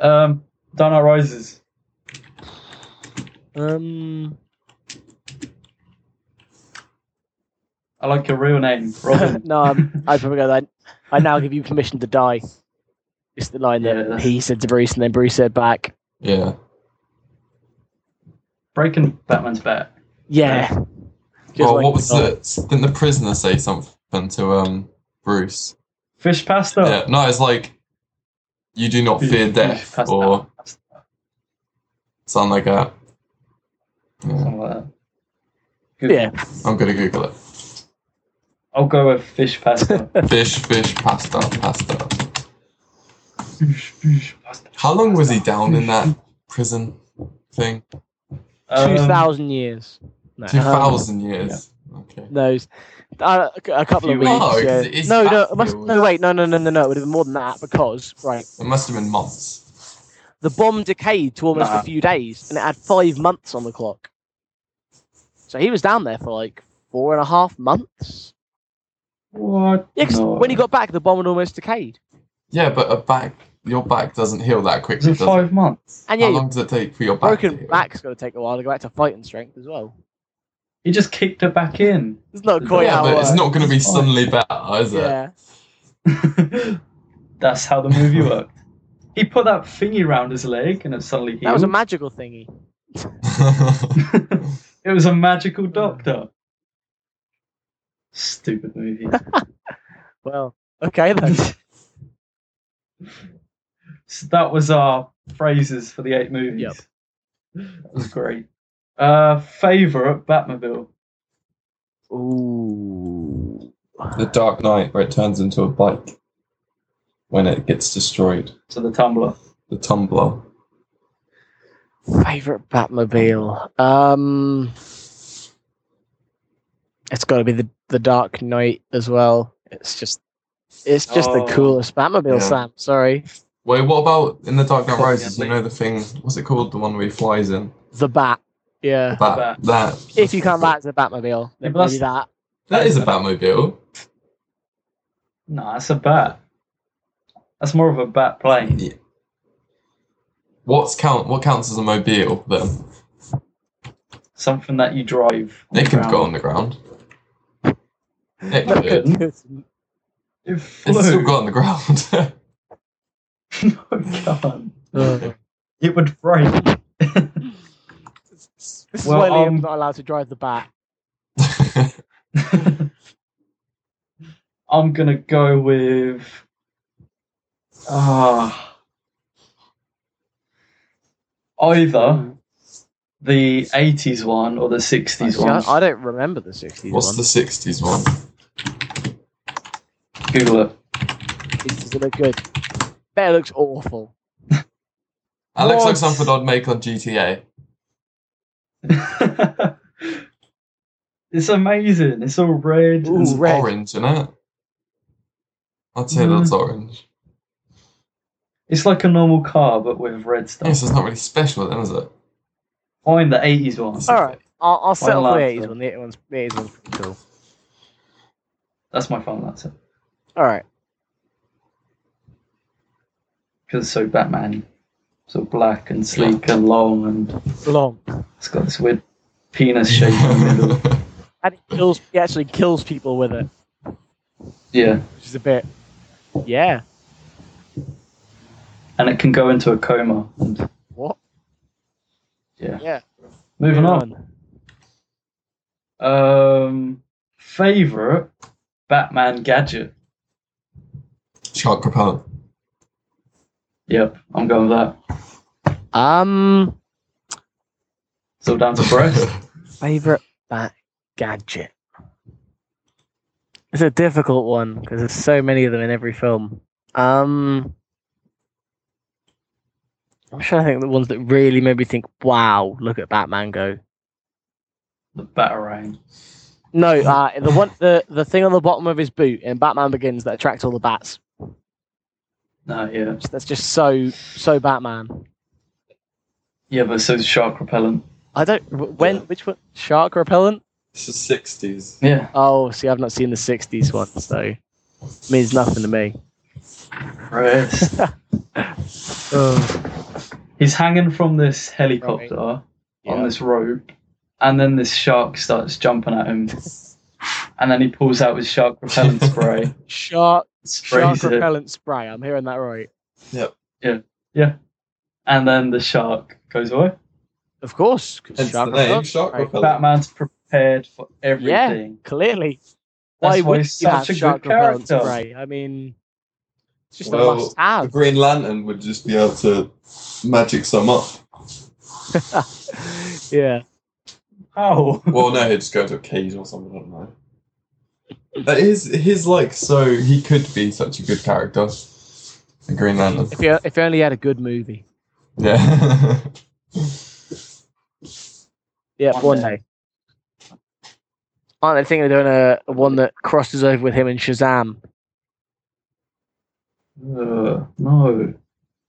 S1: Um, Dark Knight Rises.
S3: Um.
S1: I like your real
S3: (laughs)
S1: name, Robin.
S3: (laughs) no, um, I'd probably go then. I now give you permission to die. It's the line
S1: Yeah,
S3: that
S1: that's-
S3: he said to Bruce, and then Bruce said back,
S2: Yeah.
S1: Breaking Batman's back.
S3: "Yeah." Just
S2: well,
S3: like
S2: what was
S3: the-
S2: the? Didn't the prisoner say something to um Bruce?
S1: Fish pasta.
S2: Yeah, no, it's like you do not fear
S1: Oh. Fish
S2: death
S1: pasta.
S2: or something like that. Yeah,
S1: Something like that. Good.
S3: yeah,
S2: I'm gonna Google it.
S1: (laughs) I'll go with fish
S3: (laughs)
S1: pasta.
S2: Fish, fish, pasta, pasta.
S1: fish, fish pasta.
S2: How long was he down in that prison thing?
S1: Um,
S3: two thousand years. No,
S2: Two
S3: um,
S2: thousand years. Okay.
S3: No, it's- uh, a couple
S1: Few
S3: of weeks.
S1: weeks.
S2: No, 'cause
S3: yeah.
S2: it is
S3: no, no,
S2: after
S3: it must,
S2: it
S3: no,
S2: was-
S3: wait, no, no, no, no, no. It would have been more than that because right,
S2: It must have been months.
S3: the bomb decayed to almost
S1: Nah.
S3: a few days, and it had five months on the clock. So he was down there for like four and a half months.
S1: What?
S3: Yeah, 'cause
S1: No.
S3: when he got back, the bomb had almost decayed.
S2: Yeah, but a back, your back doesn't heal that
S1: was
S2: quickly.
S1: it
S2: Does it?
S1: five months?
S3: And
S2: How
S3: yeah,
S2: long does it take for your back? to
S3: broken
S2: heal?
S3: back's got to take a while to go back to fighting strength as well.
S1: He just kicked her back in. (laughs)
S3: It's not
S1: Yeah,
S3: quite
S2: yeah,
S3: how.
S2: but
S3: uh,
S2: it's not going to be
S1: fine.
S2: suddenly better, is it?
S3: yeah,
S1: That's how the
S3: (laughs)
S1: movie worked. He put that thingy round his leg and it suddenly healed.
S3: that was a magical thingy.
S1: it was a magical doctor. Stupid movie.
S3: Well,
S2: (laughs)
S3: okay then. (laughs)
S1: so that was our phrases for the eight movies.
S3: Yep.
S1: That was great. Uh, favorite Batmobile.
S3: Ooh.
S2: (laughs) the Dark Knight, where it turns into a bike when it gets destroyed.
S1: So the Tumbler.
S2: The Tumbler.
S3: Favorite Batmobile. Um, it's got to be the the Dark Knight as well. It's just, it's just
S1: Oh.
S3: the coolest Batmobile,
S2: Yeah.
S3: Sam. Sorry,
S2: Wait, what about in the Dark Knight Rises? You know the thing. What's it called? The one where he flies in.
S3: the Bat. Yeah.
S2: That. That.
S3: If you can't back to the Batmobile,
S1: Yeah,
S3: then
S1: but
S3: maybe that.
S2: That is a Batmobile.
S1: Nah, that's a bat. That's more of a bat plane.
S2: What's count? What counts as a mobile? Then
S1: Something that you drive. on the
S2: it can
S1: ground.
S2: go on the ground.
S3: (laughs)
S2: It
S1: No, it
S2: could.
S1: It
S2: It's still
S1: flew.
S2: got on the ground.
S1: (laughs) no, it can't.
S3: Uh,
S1: It would break. (laughs)
S3: this is
S1: Well,
S3: why
S1: um,
S3: Liam's not allowed to drive the Bat.
S1: (laughs) I'm gonna go with. Ah. either the 80s one or the 60s
S3: Actually,
S1: one.
S3: I, I don't remember the '60s
S2: (laughs) What's
S3: one.
S2: the '60s one?
S1: Google it.
S3: Does it look good? Bet it looks awful.
S2: That looks
S1: What?
S2: like something I'd make on GTA.
S1: (laughs) it's amazing. It's all red.
S3: Ooh,
S2: It's
S3: red. Mm.
S2: orange, isn't it? I'd say that's orange.
S1: It's like a normal car, but with red stuff.
S2: Yes, it's not really special then, is it?
S1: Find the 80s one.
S2: It's
S3: All
S2: (laughs)
S3: right, I'll, I'll settle for the
S1: laugh,
S3: '80s
S1: though?
S3: one. The '80s one's, the 80s one's pretty cool.
S1: That's my final answer.
S3: All right.
S1: Because it's so Batman. So black and sleek and long and
S3: long,
S1: it's got this weird penis shape in the
S3: (laughs)
S1: middle.
S3: and it kills. It actually kills people with it,
S1: Yeah.
S3: which is a bit. Yeah.
S1: And it can go into a coma. And
S3: What?
S1: yeah.
S3: Yeah.
S1: Moving
S3: Moving
S1: on. Um favorite Batman gadget.
S2: Shark propellant.
S1: Yep, I'm going with that.
S3: Um,
S1: It's all down to breath.
S3: favorite bat gadget. It's a difficult one because there's so many of them in every film. Um, I'm trying to think of the ones that really made me think. Wow, look at Batman go.
S1: the Batarang.
S3: No, uh, the one, the the thing on the bottom of his boot in Batman Begins that attracts all the bats.
S1: No, yeah.
S3: That's just so so Batman.
S1: Yeah, but so is shark repellent.
S3: I don't w- when
S2: Yeah.
S3: which one shark repellent.
S2: It's the '60s.
S1: Yeah.
S3: Oh, see, I've not seen the '60s one, so means nothing to me.
S1: Right. (laughs) He's hanging from this helicopter on
S3: Yeah.
S1: this rope, and then this shark starts jumping at
S3: (laughs)
S1: him, and then he pulls out his shark repellent
S3: (laughs)
S1: spray,
S3: Shark
S1: sprays
S3: shark
S1: it,
S3: repellent spray. I'm hearing that right.
S1: and then the shark goes away.
S3: Of course, 'cause
S2: Hence
S3: shark
S2: the name,
S3: repellent.
S2: shark
S3: spray.
S2: repellent.
S1: Batman's pre- prepared for everything.
S3: Clearly,
S1: That's why
S3: would
S1: he's
S3: you have
S1: such a
S3: shark
S1: good
S3: repellent
S1: character.
S3: spray? I mean, it's just
S2: Well,
S3: a must
S2: The (laughs)
S3: have.
S2: Green Lantern would just be able to magic some up.
S3: yeah,
S1: How?
S2: Well, no, he'd just go to a cage or something. I don't know. That is his like. So he could be such a good character. The Green Lantern.
S3: if you if you only had a good movie.
S2: Yeah.
S3: Yeah,
S1: One
S3: one,
S1: day.
S3: day. Aren't they thinking of doing a, a one that crosses over with him and Shazam?
S1: Uh, no,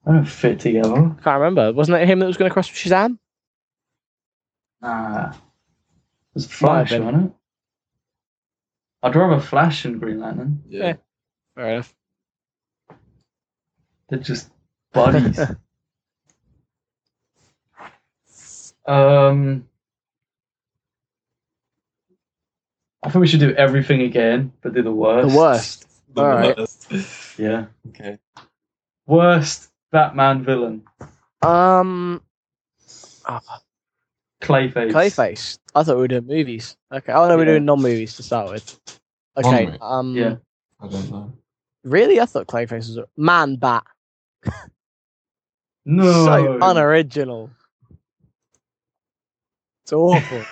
S1: I don't fit together.
S3: I can't remember. Wasn't it him that was going to cross with Shazam?
S1: Nah, it's
S3: Might have
S1: Flash,
S3: been.
S1: wasn't it? I'd rather Flash and Green Lantern.
S2: yeah.
S3: Fair enough.
S1: They're just (laughs) buddies. um, I think we should do everything again, but do the
S3: The
S1: worst.
S3: worst.
S2: The
S3: Alright.
S2: worst.
S1: Yeah.
S2: Okay.
S1: Worst Batman villain.
S3: Um, oh,
S1: Clayface.
S3: Clayface. I thought we were doing movies. Okay. Oh no, we're
S1: Yeah.
S3: doing non-movies to start with. Okay.
S2: Non-movie.
S3: Um.
S1: Yeah.
S2: I don't know.
S3: Really, I thought Clayface was a man bat.
S1: No.
S3: So unoriginal.
S1: (laughs)
S3: It's awful.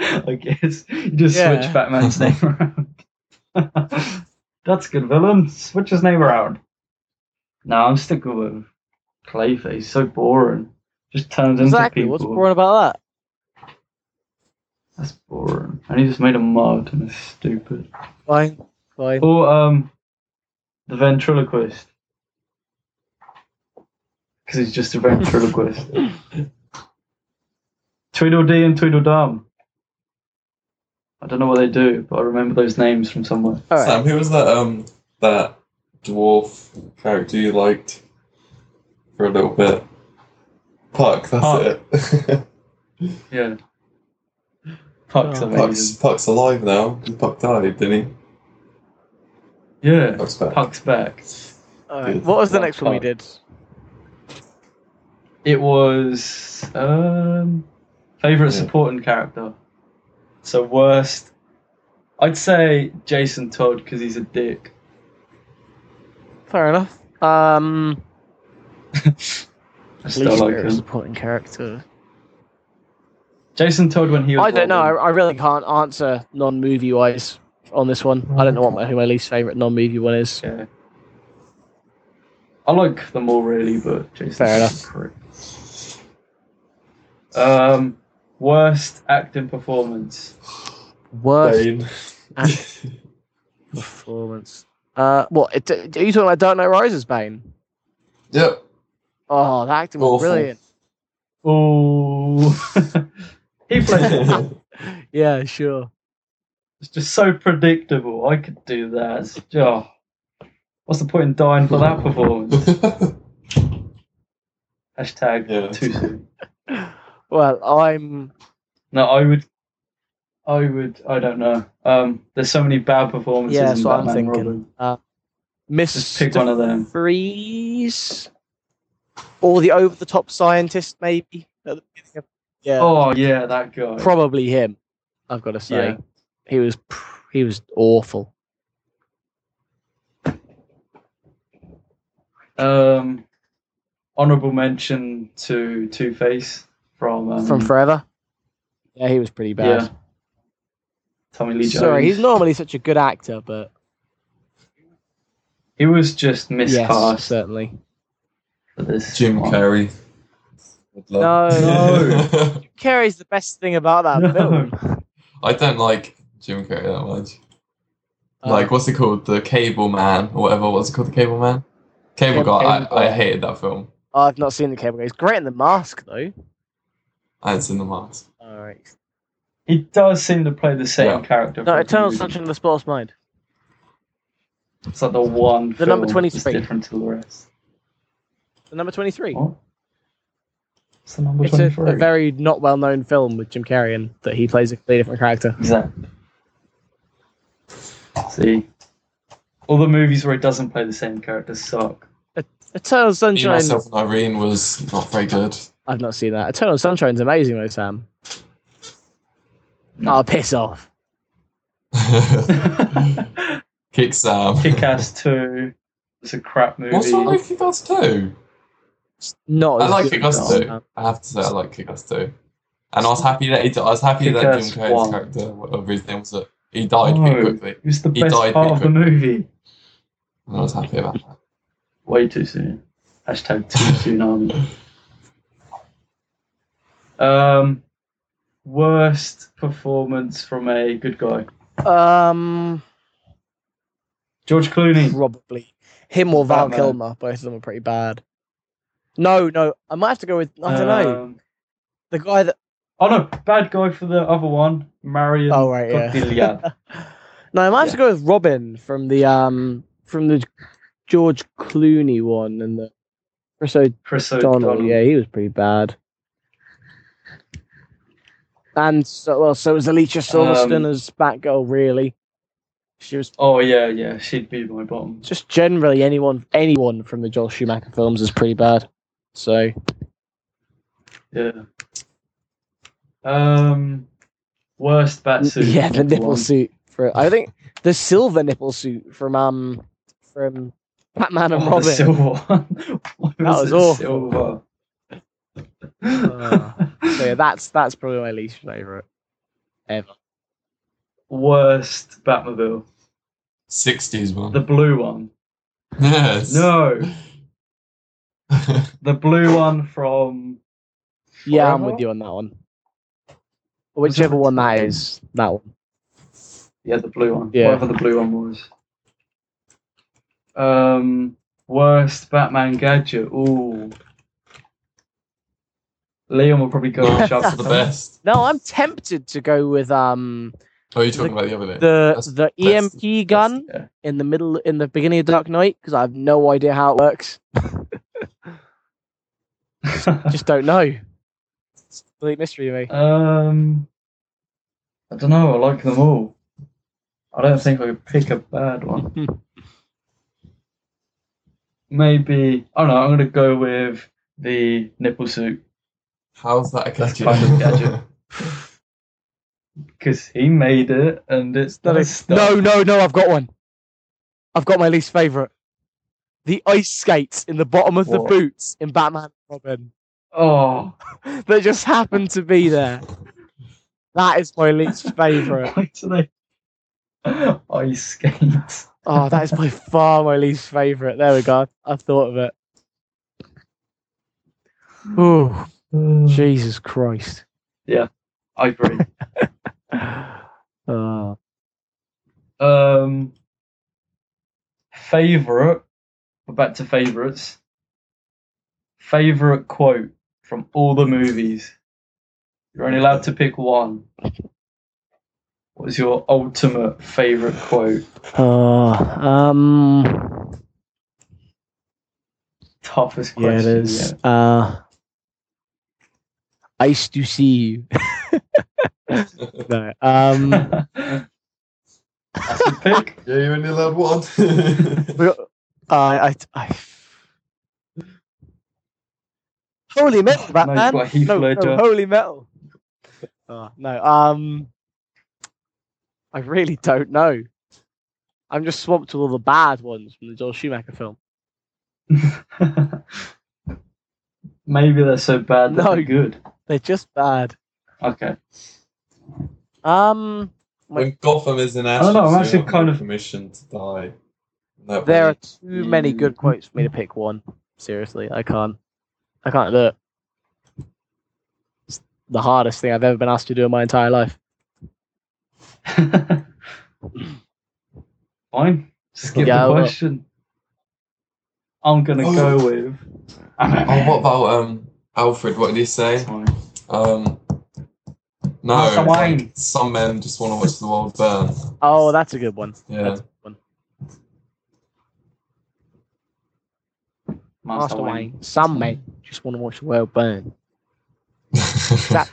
S1: I guess you just
S3: Yeah.
S1: switch Batman's name around. (laughs) That's a good villain. Switch his name around. No, I'm sticking with Clayface. So boring. Just turns
S3: exactly.
S1: into
S3: What's
S1: people.
S3: boring about that?
S1: That's boring. And he just made a mud and it's stupid.
S3: Fine. Fine.
S1: Or um, the ventriloquist. Because he's just a ventriloquist. (laughs) Tweedledee and Tweedledum. I don't know what they do, but I remember those names from somewhere.
S3: All right.
S2: Sam, who was that? Um, that dwarf character you liked for a little bit. Puck. That's
S1: Puck.
S2: it. (laughs)
S1: Yeah. Puck's
S3: Oh.
S2: Puck's,
S1: amazing.
S2: Puck's alive now. 'cause Puck died, didn't he?
S1: Yeah.
S2: Puck's back.
S1: Puck's back.
S3: All right. What was the next one we did?
S1: It was um favorite
S2: Yeah.
S1: supporting character. So worst, I'd say Jason Todd because he's a dick.
S3: Fair enough. Um.
S1: I still like him.
S3: supporting character.
S1: Jason Todd when he was.
S3: I don't know. I,
S1: Robin.
S3: I really can't answer non-movie wise on this one. I don't know what my, who my least favorite non-movie one is.
S1: Yeah. I like them all really, but Jason.
S3: Fair
S1: Todd's a prick. Um, worst acting performance.
S3: Worst
S2: Bane. (laughs)
S3: acting performance. Uh, what? It, it, are you talking about Dark Knight Rises, Bane?
S2: Yep.
S3: Oh, the acting was
S2: Awful.
S3: brilliant.
S1: Oh, (laughs) he played
S3: (laughs)
S1: it.
S3: Yeah, sure.
S1: It's just so predictable. I could do that. It's just- oh, what's the point in dying for that performance?
S2: (laughs)
S1: Hashtag
S2: Yeah.
S1: too soon.
S3: Well, I'm.
S1: No, I would. I would. I don't know. Um, there's so many bad performances
S3: Yeah,
S1: in
S3: that's what I'm
S1: Batman and
S3: thinking.
S1: Robin.
S3: Uh,
S1: Just
S3: Mr.
S1: pick one of them.
S3: Freeze, or the over-the-top scientist, maybe. at the beginning of- Yeah.
S1: Oh yeah, that guy.
S3: probably him. I've got to say,
S1: Yeah.
S3: he was pr- he was awful.
S1: um, honorable mention to Two Face from um,
S3: From Forever, yeah, he was pretty
S1: yeah.
S3: bad.
S1: Tommy Lee Jones.
S3: Sorry, he's normally such a good actor, but
S1: He was just
S3: yes,
S1: miscast
S3: certainly.
S1: for this.
S2: Jim
S1: one.
S2: Carrey. Would love- (laughs)
S1: No.
S3: Carrey's the best thing about that
S1: (laughs) No.
S3: film.
S2: I don't like Jim Carrey that much.
S3: Uh. Um,
S2: like, what's it called? The Cable Man, or whatever. What's it called? The Cable Man? Cable
S3: Yeah,
S2: Guy.
S3: Cable
S2: I, I
S3: Guy.
S2: hated that film.
S3: Uh, I've not seen the Cable Guy. He's great in the Mask,
S2: And
S3: though.
S2: it's in the mask.
S3: All right.
S1: He does seem to play the same
S2: Yeah.
S1: character.
S3: No,
S1: for every
S3: Eternal
S1: movie.
S3: Sunshine of the Spotless Mind.
S1: It's like the one.
S3: The number
S1: film that's
S3: 23.
S1: different to the rest.
S3: The number twenty-three.
S1: What? It's the Oh, number
S3: It's a,
S1: twenty-three.
S3: a very not well-known film with Jim Carrey, and that he plays a completely different character.
S1: Exactly. See, all the movies where he doesn't play the same character suck. (laughs)
S3: Eternal
S2: Me,
S3: Sunshine.
S2: myself, and Irene was not very good. (laughs)
S3: I've not seen that. Eternal Sunshine's amazing, though, Sam. Oh, piss off.
S2: Kick Sam.
S1: Kick Ass 2 was a crap movie.
S2: What's wrong with Kick Ass 2? I
S3: No, Oh, it's
S2: like
S3: good
S2: Kick Ass
S3: though.
S2: 2. I have to say, I like Kick Ass 2. And I was happy that he, I was happy that Jim
S1: Kick-Ass
S2: Carrey's
S1: one.
S2: character, whatever his name was, that he died pretty
S3: Oh.
S1: No.
S2: quickly.
S1: It was the
S2: He
S1: best
S2: died
S1: part of the movie.
S2: And I was happy about that.
S1: Way too soon. Hashtag too soon army. Um, worst performance from a good guy.
S3: Um,
S1: George Clooney.
S3: probably him or Val
S1: Batman.
S3: Kilmer. Both of them are pretty bad. No, no, I might have to go with I don't
S2: Uh,
S3: know
S1: Um,
S3: the guy that.
S1: oh no, bad guy for the other one, Marion
S3: Oh right,
S1: Cotillard.
S3: (laughs) yeah. no, I might have to go with Robin from the um from the George Clooney one and the Chris
S1: Chris
S3: O'Donnell.
S1: O'Donnell.
S3: Yeah, he was pretty bad. And so well, so was Alicia Silverstone
S1: Um,
S3: as Batgirl. Really, she was
S1: Oh yeah, yeah, she'd be my bottom.
S3: just generally anyone anyone from the Joel Schumacher films is pretty bad. So
S1: Yeah. Um, worst bat suit.
S3: yeah, the nipple
S1: One.
S3: suit for I think the silver nipple suit from um from Batman and
S1: Oh, the
S3: Robin.
S1: silver one. (laughs) Why
S3: was
S1: it
S3: awful.
S1: Silver?
S3: Ah.
S1: (laughs)
S3: So yeah, that's that's probably my least favorite ever.
S1: Worst Batmobile.
S2: 60s one.
S1: The blue one.
S2: yes. (laughs)
S1: No, the blue one from.
S3: Yeah, I'm
S1: Forever?
S3: with you on that one.
S1: Was
S3: Uh-huh. Whichever
S1: it-
S3: one that is, that one.
S1: Yeah, the blue one.
S3: Yeah.
S1: Whatever the blue one was. Um, worst Batman gadget. Ooh. Liam will probably go
S2: No,
S3: (laughs)
S1: with
S2: that's the
S1: Shazam.
S2: best.
S3: No, I'm tempted to go with um
S2: Oh, you're talking about the other day.
S3: the
S2: That's
S3: the
S2: the best-
S3: EMP gun
S1: yeah.
S3: in the middle in the beginning of Dark Knight because I have no idea how it works. Just don't know. Complete mystery to me.
S1: (laughs) um, I don't know. I like them all. I don't think I could pick a bad
S3: (laughs)
S1: one. Maybe I don't know. I'm gonna go with the nipple suit
S2: How's that a
S1: That's
S2: gadget?
S1: kind of gadget. because he made it, and it's
S3: That
S1: not a
S3: is- no, no, no, I've got one. I've got my least favorite. The ice skates in the bottom of
S1: What?
S3: the boots in Batman and Robin
S1: Oh,
S3: that just happened to be there. That is my least
S1: (laughs)
S3: favorite.
S1: Why do they (laughs) ice
S3: (sighs)
S1: skates?
S3: Oh, that is by far my least favorite. There we go. I've thought of it. Oh, Jesus Christ.
S1: I agree.
S3: Uh,
S1: Um, favorite. We're back to favorites. Favorite quote from all the movies. You're only allowed to pick one. What is your ultimate favorite quote?
S3: uh, um,
S1: Toughest
S3: Yeah, it
S1: question.
S3: is. Uh, I used to see you. (laughs) no, um,
S1: yet. That's a pick.
S2: (laughs) yeah, you're only allowed one.
S1: (laughs)
S3: we got- uh, I, I, I.
S1: (sighs)
S3: Holy metal,
S1: No,
S3: Batman!
S1: you've got Heath
S3: no,
S1: Ledger.
S3: no, holy metal. Oh, no, um, I really don't know. I'm just swamped with all the bad ones from the Joel Schumacher film.
S1: (laughs) Maybe they're so bad that
S3: No.
S1: they're good.
S3: They're just bad.
S1: Okay. (laughs)
S3: Um,
S2: when Gotham is in
S1: don't
S2: ashes,
S1: know, I'm
S2: you're
S1: actually
S2: not
S1: kind
S2: given
S1: of-
S2: permission to die. That
S3: there
S2: way.
S3: are too many good quotes for me to pick one. Seriously, I can't. I can't do it. It's the hardest thing I've ever been asked to do in my entire life.
S1: Fine. Skip
S3: Yeah,
S1: the
S3: well-
S1: question. I'm gonna
S2: Oh.
S1: go with. (laughs)
S2: Oh, what about um Alfred? What did he say? Um, no,
S1: Glass of wine.
S2: like, some men just want to watch the world burn.
S3: Oh, that's a good one.
S2: Yeah,
S3: That's a good one.
S1: Master
S3: Master
S1: Wayne.
S3: Wayne. Some men just want to watch the world burn. That-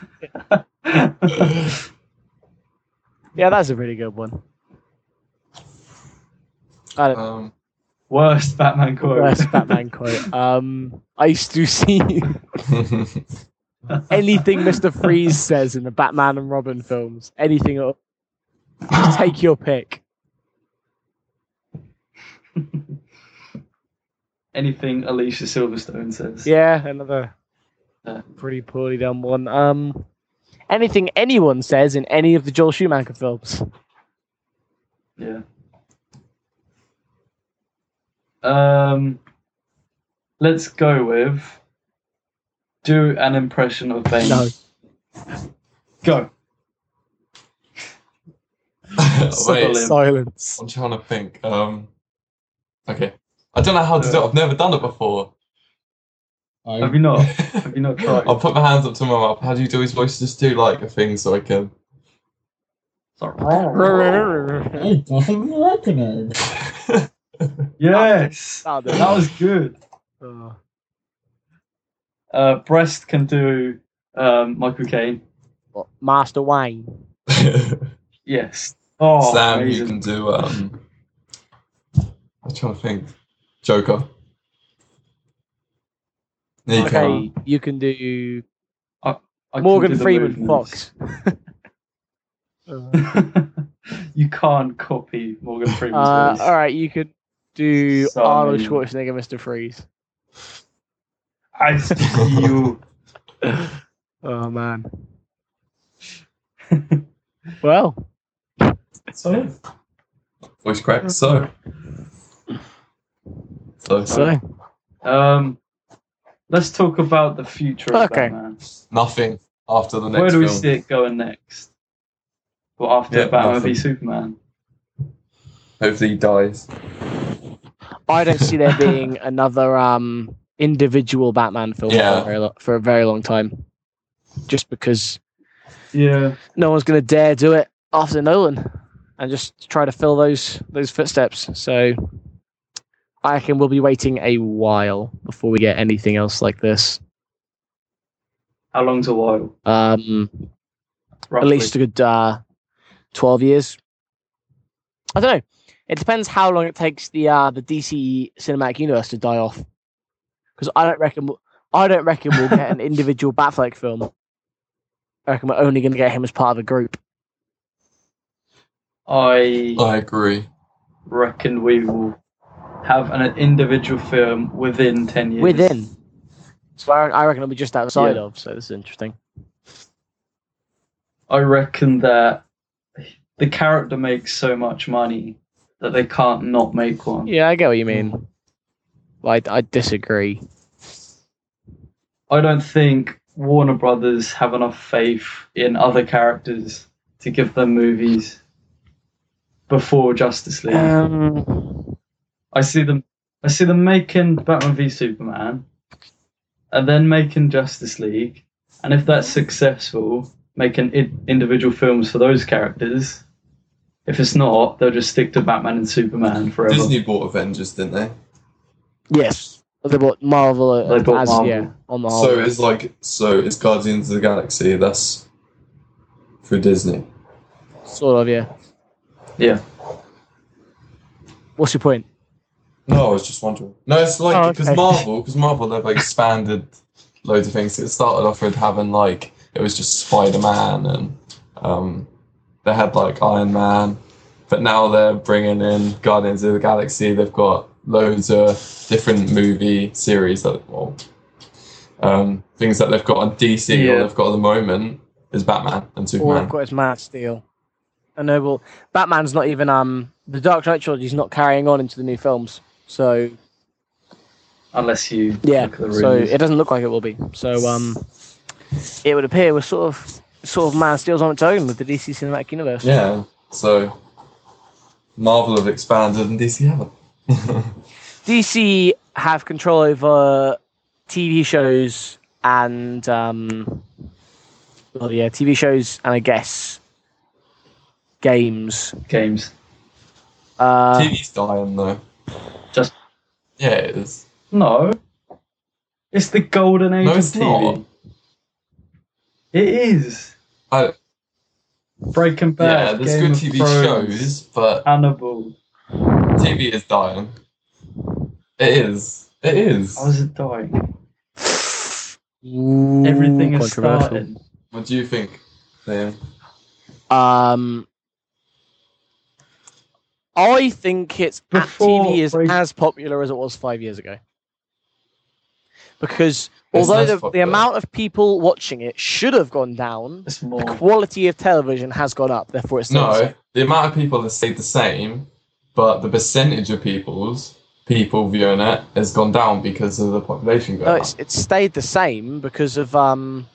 S3: yeah, that's a really good one. I don't
S2: (laughs)
S3: (laughs)
S2: um,
S1: (laughs)
S2: (laughs)
S1: Worst (laughs) Batman quote.
S3: worst Batman quote. Um, I used to see you. (laughs) anything Mr. Freeze says in the Batman and Robin films, anything at all. Take your pick.
S1: (laughs) Anything Alicia Silverstone says.
S3: Yeah, another
S1: Yeah.
S3: pretty poorly done one. Um, anything anyone says in any of the Joel Schumacher films.
S1: Yeah. Um, let's go with do an impression of Bane.
S3: No.
S1: Go.
S2: Wait,
S1: Liam.
S3: (laughs) Silence.
S2: I'm trying to think. Um, okay. I don't know how to do it. I've never done it before. Um,
S1: Have you
S2: (laughs)
S3: (laughs)
S1: not? Have you not tried?
S2: I'll put my hands up to my mouth. How do you do his voice? Just do like a thing so I can.
S1: Sorry.
S3: That'll
S4: Hey, doesn't work
S2: (laughs)
S4: again.
S1: Yes.
S3: do
S1: That
S3: it.
S1: was good.
S3: Oh.
S1: Uh, Breast can do um, Michael Caine.
S3: What, Oh, Master Wayne.
S1: Yes. Oh,
S2: Sam, you
S1: amazing.
S2: can do. Um, I'm trying to think. Joker. There you go.
S3: Okay, you can do
S1: I can
S3: Morgan
S1: do the
S3: Freeman
S1: movements.
S3: Fox.
S1: (laughs)
S3: Uh,
S1: you can't copy Morgan Freeman's
S3: Uh,
S1: voice.
S3: all right, you could do
S1: So
S3: Arnold
S1: mean.
S3: Schwarzenegger, Mr. Freeze.
S1: I see you.
S3: Oh man.
S1: (laughs)
S3: well,
S2: So, voice crack. So. So,
S3: so
S1: Um, let's talk about the future of
S3: Okay.
S1: Batman.
S2: nothing after the next
S1: Where do we
S2: film.
S1: see it going next? Well, after
S2: Yeah,
S1: Batman
S2: nothing.
S1: v Superman.
S2: Hopefully he dies.
S3: I don't see there
S1: (laughs)
S3: being another um individual Batman film for,
S2: Yeah.
S3: a very lo- for a very long time, just because
S1: Yeah.
S3: no one's going to dare do it after Nolan, and just try to fill those those footsteps. So I reckon we'll be waiting a while before we get anything else like this.
S1: How long's a while?
S3: Um, at
S1: Roughly?
S3: least a good uh, 12 years. I don't know. It depends how long it takes the uh, the DC cinematic universe to die off. Because I don't reckon we'll, I don't reckon we'll get (laughs) an individual Batfleck film. I reckon we're only going to get him as part of a group.
S1: I
S2: I agree.
S1: reckon we will have an individual film within ten years.
S3: Within. So I, I reckon it'll be just outside
S1: Yeah.
S3: of. So this is interesting.
S1: I reckon that the character makes so much money that they can't not make one.
S3: Yeah, I get what you mean. Like I disagree.
S1: I don't think Warner Brothers have enough faith in other characters to give them movies before Justice League.
S3: Um,
S1: I see them I see them making Batman v Superman and then making Justice League and if that's successful making I- individual films for those characters. If it's not, they'll just stick to Batman and Superman forever.
S2: Disney bought Avengers, didn't they?
S3: yes, they bought Marvel. uh,
S1: They bought
S3: as,
S1: Marvel.
S3: Yeah, on the whole.
S2: So it's like so it's Guardians of the Galaxy. That's through Disney.
S3: sort of. Yeah.
S1: Yeah.
S3: What's your point?
S2: No, I was just wondering. No, it's
S3: Oh,
S2: like because
S3: okay.
S2: Marvel, because Marvel, they've expanded loads of things. It started off with having like it was just Spider Man, and um, they had like Iron Man, but now they're bringing in Guardians of the Galaxy. They've got loads of different movie series that well, um, things that they've got on DC
S1: Yeah.
S2: or they've got at the moment is Batman and
S3: All I've
S2: Superman.
S3: got is Man of Steel. I know, well, Batman's not even um the Dark Knight trilogy's not carrying on into the new films, so
S1: Unless you
S3: yeah,
S1: look at the
S3: so
S1: reviews.
S3: it doesn't look like it will be. So um, it would appear we're sort of sort of Man of Steel's on its own with the DC Cinematic Universe.
S2: Yeah, so Marvel have expanded and DC haven't. (laughs)
S3: DC have control over TV shows and um, well, yeah, TV shows and I guess games.
S1: games.
S3: Uh,
S2: TV's dying though.
S1: Just-
S2: yeah, it is.
S1: No. It's the golden age
S2: No,
S1: of
S2: it's
S1: TV.
S2: not.
S1: It is.
S2: I-
S1: Breaking
S2: Yeah,
S1: Bad. Game
S2: there's good
S1: of
S2: TV
S1: Thrones,
S2: shows, but
S1: Hannibal.
S2: TV is dying. It is. It is.
S1: How's it dying? Everything is
S3: controversial.
S1: starting.
S2: What do you think, Liam?
S3: Um, I think it's at
S1: Before
S3: TV is
S1: break-
S3: as popular as it was five years ago. Because
S2: It's
S3: although
S2: less
S3: the, the
S2: popular.
S3: amount of people watching it should have gone down,
S1: It's
S3: the
S1: more.
S3: quality of television has gone up. Therefore, it's still the
S2: No,
S3: same.
S2: the amount of people has stayed the same, but the percentage of people's people viewing it has gone down because of the population
S3: No,
S2: going
S3: it's it's stayed the same because of um,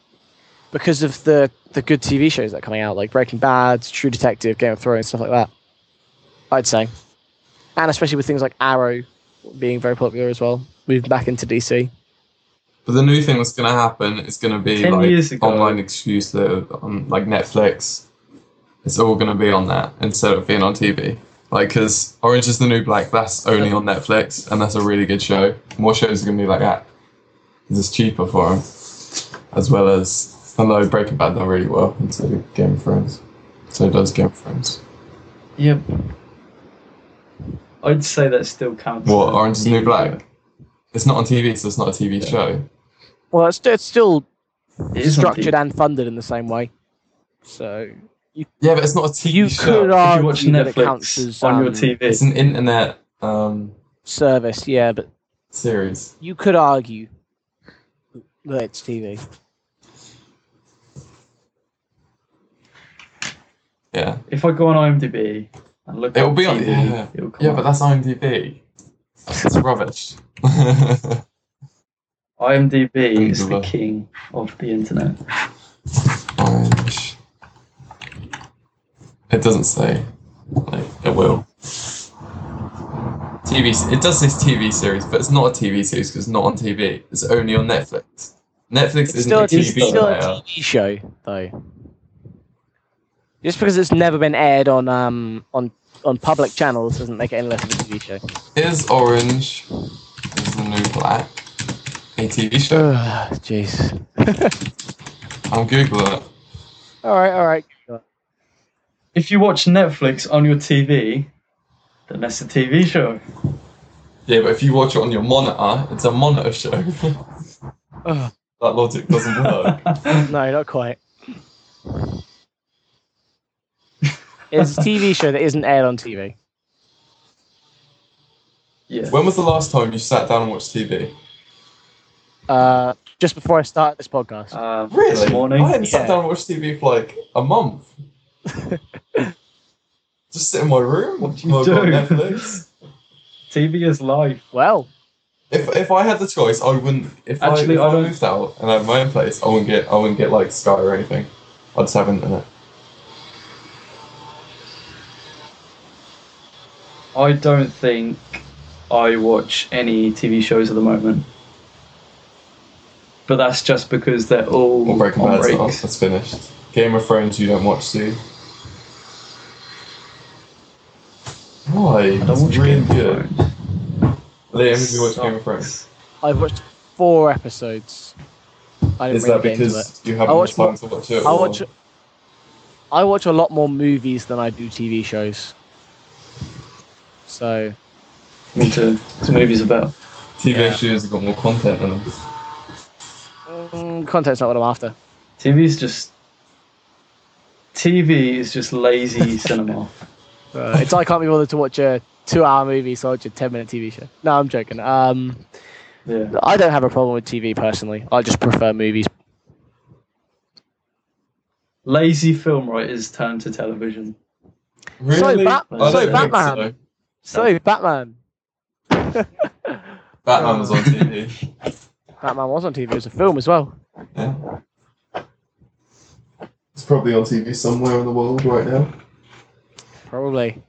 S3: because of the the good TV shows that are coming out, like Breaking Bad, True Detective, Game of Thrones, stuff like that. I'd say, and especially with things like Arrow being very popular as well, moving back into DC.
S2: But the new thing that's going to happen is going to be
S1: Ten
S2: like
S1: years ago.
S2: online excuse that on like Netflix. It's all going to be on that instead of being on TV. Like, because Orange is the New Black, that's only on Netflix, and that's a really good show. More shows are going to be like that. 'Cause It's cheaper for them, as well as although Breaking Bad done really well into Game of Thrones, so does Game of Thrones.
S1: Yep. I'd say that still counts.
S2: What
S1: as
S2: Orange is the New
S1: TV
S2: Black? It's not on TV, so it's not a TV show.
S3: Well, it's, it's still
S1: show. It is on
S3: structured
S1: TV.
S3: and funded in the same way. So
S2: Yeah, but it's not a TV
S3: you
S2: show.
S3: could
S1: If you
S3: argue
S1: watch
S3: that it counts
S1: Netflix
S3: as
S1: on your
S3: um,
S2: It's
S1: TV,
S2: an internet um,
S3: service, yeah, but
S2: series.
S3: you could argue that it's TV.
S2: Yeah.
S1: if I go on IMDb and look,
S2: It'll
S1: up
S2: be on-
S1: TV,
S2: yeah.
S1: It'll come
S2: Yeah, but
S1: up.
S2: that's IMDb. That's rubbish. yeah,
S1: IMDb is the
S2: Unbelievable.
S1: king of the internet.
S2: (laughs) Orange. It doesn't say. Like, it will. TV. s- It does say TV series, but it's not a TV series because it's not on TV. It's only on Netflix. Netflix
S3: It's
S2: isn't
S3: still,
S2: a
S3: a, it's
S2: TV
S3: still a
S2: player.
S3: TV show, though. Just because it's never been aired on um on on public channels doesn't make it any less of a TV
S2: (sighs)
S3: show.
S2: Is Orange is the new black a TV show?
S3: Ugh, Ah,
S2: (laughs)
S3: Jeez.
S2: I'll Google it.
S3: all right, all right.
S1: If you watch Netflix on your TV, then that's a TV show.
S2: (laughs) Yeah, but if you watch it on your monitor, it's a monitor show. (laughs)
S3: Ugh.
S2: that logic doesn't work.
S3: No, not quite. It's a TV show that isn't aired on TV.
S1: yeah.
S2: When was the last time you sat down and watched TV?
S3: Uh, just before I started this podcast.
S1: Uh, This morning.
S2: I hadn't sat
S3: Yeah.
S2: down and watched TV for like
S1: (laughs)
S2: a month. Just sit in my room
S1: What do
S2: while
S1: you
S2: I got
S1: do?
S2: Netflix.
S1: TV is life.
S3: Well,
S2: If, if I had the choice, I wouldn't. If
S1: Actually,
S2: I, if
S1: I
S2: I,
S1: don't-
S2: moved out and I had my own place, I wouldn't get I wouldn't get like Sky or anything. I'd just have internet.
S1: I don't think I watch any TV shows at the moment. But that's just because they're all
S2: Or Breaking
S1: on
S2: Bad's
S1: breaks.
S2: not. That's finished. Game of Thrones, you don't watch, Sue. Why?
S1: I don't
S2: It's
S1: watch
S2: really
S1: Game
S2: good.
S1: of Thrones.
S2: Liam, have you watched Game of Thrones?
S3: I've watched four episodes. I didn't
S2: Is
S3: really
S2: that
S3: get into it.
S2: because you haven't
S3: I
S2: watched
S3: watch
S2: time to watch it?
S3: I
S2: or-
S3: watch. I watch a lot more movies than I do TV shows. So
S1: Me too. This movie's about.
S2: TV
S3: Yeah.
S2: shows have got more content in them.
S3: mm, content's not what I'm after.
S1: TV's just. TV is just
S2: (laughs)
S1: lazy cinema.
S3: Uh, it's I can't be bothered to watch a two-hour movie, so I watch a ten-minute TV show. No, I'm joking. Um,
S1: Yeah.
S3: I don't have a problem with TV personally. I just prefer movies.
S1: Lazy film writers turn to television.
S2: Really?
S3: Bat-
S2: I don't
S1: so
S2: think
S3: Batman.
S2: so.
S3: So Batman. (laughs)
S2: Batman was on
S3: (laughs)
S2: TV.
S3: Batman was on TV. It was a film as well.
S2: yeah. It's probably on TV somewhere in the world right now.
S3: Probably.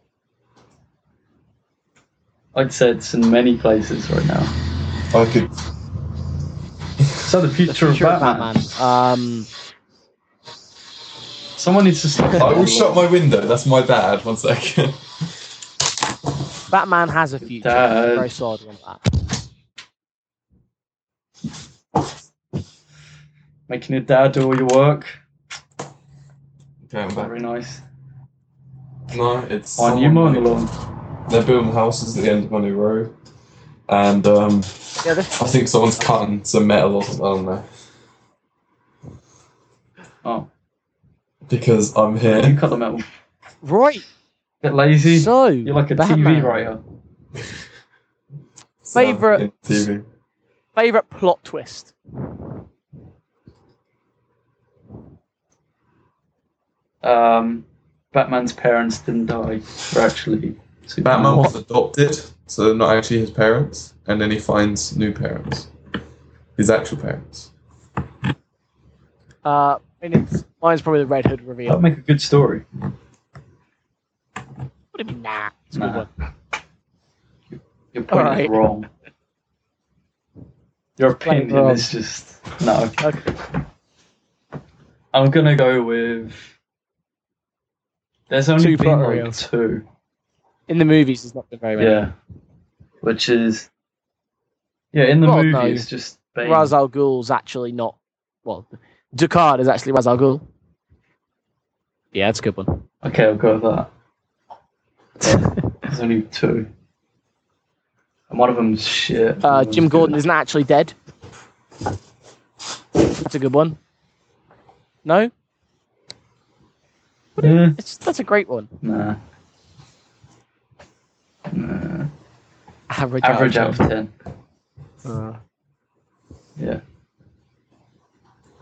S1: I'd say it's in many places right now.
S2: I could.
S1: So the
S3: The
S1: future,
S3: Future
S1: of Batman.
S3: Um,
S1: Someone needs to stop.
S2: I will shut my window. That's my dad. One second. (laughs)
S3: Batman has a future.
S1: Dad.
S3: Very solid on that.
S1: Making your dad do all your work.
S2: Okay, I'm back.
S1: Very nice.
S2: No, it's.
S1: On you mowing the lawn.
S2: They're building houses at the end of my new road, and um,
S3: Yeah, this
S2: I think someone's cutting some metal or something. I don't know.
S1: Oh,
S2: because I'm
S1: you
S2: here.
S1: cut them out.
S3: Right.
S1: Bit lazy.
S3: So
S1: You're like a TV
S3: Batman.
S1: writer.
S2: So,
S3: Favourite-
S2: in TV.
S3: Favorite plot twist.
S1: Um, Batman's parents didn't die. They're actually Superman.
S2: Batman was adopted, so they're not actually his parents, and then he finds new parents, his actual parents.
S3: Uh, and it's, mine's probably the Red Hood reveal.
S1: That'd make a good story.
S3: What do you mean, nah? It's a
S1: Nah.
S3: good one.
S1: Your point is
S3: Alright.
S1: wrong. Your
S3: plain
S1: opinion
S3: wrong.
S1: is just no.
S3: Okay.
S1: I'm gonna go with. There's only
S3: Two
S1: been
S3: plot
S1: like
S3: reels.
S1: two.
S3: In the movies, it's not been very many.
S1: Yeah, which is yeah in the
S3: Well,
S1: movie
S3: no.
S1: it's just Bane.
S3: Ra's al Ghul's actually not. Well, Ducard is actually Ra's al Ghul. Yeah, that's a good one.
S1: Okay, I'll go with that. But There's only two, and one of them's shit.
S3: Uh,
S1: One of
S3: Jim
S1: them's
S3: Gordon
S1: good.
S3: isn't actually dead. That's a good one. No,
S1: Eh,
S3: it's that's a great one.
S1: nah. Nah.
S3: Average.
S1: Average out of ten.
S3: Uh,
S1: Yeah.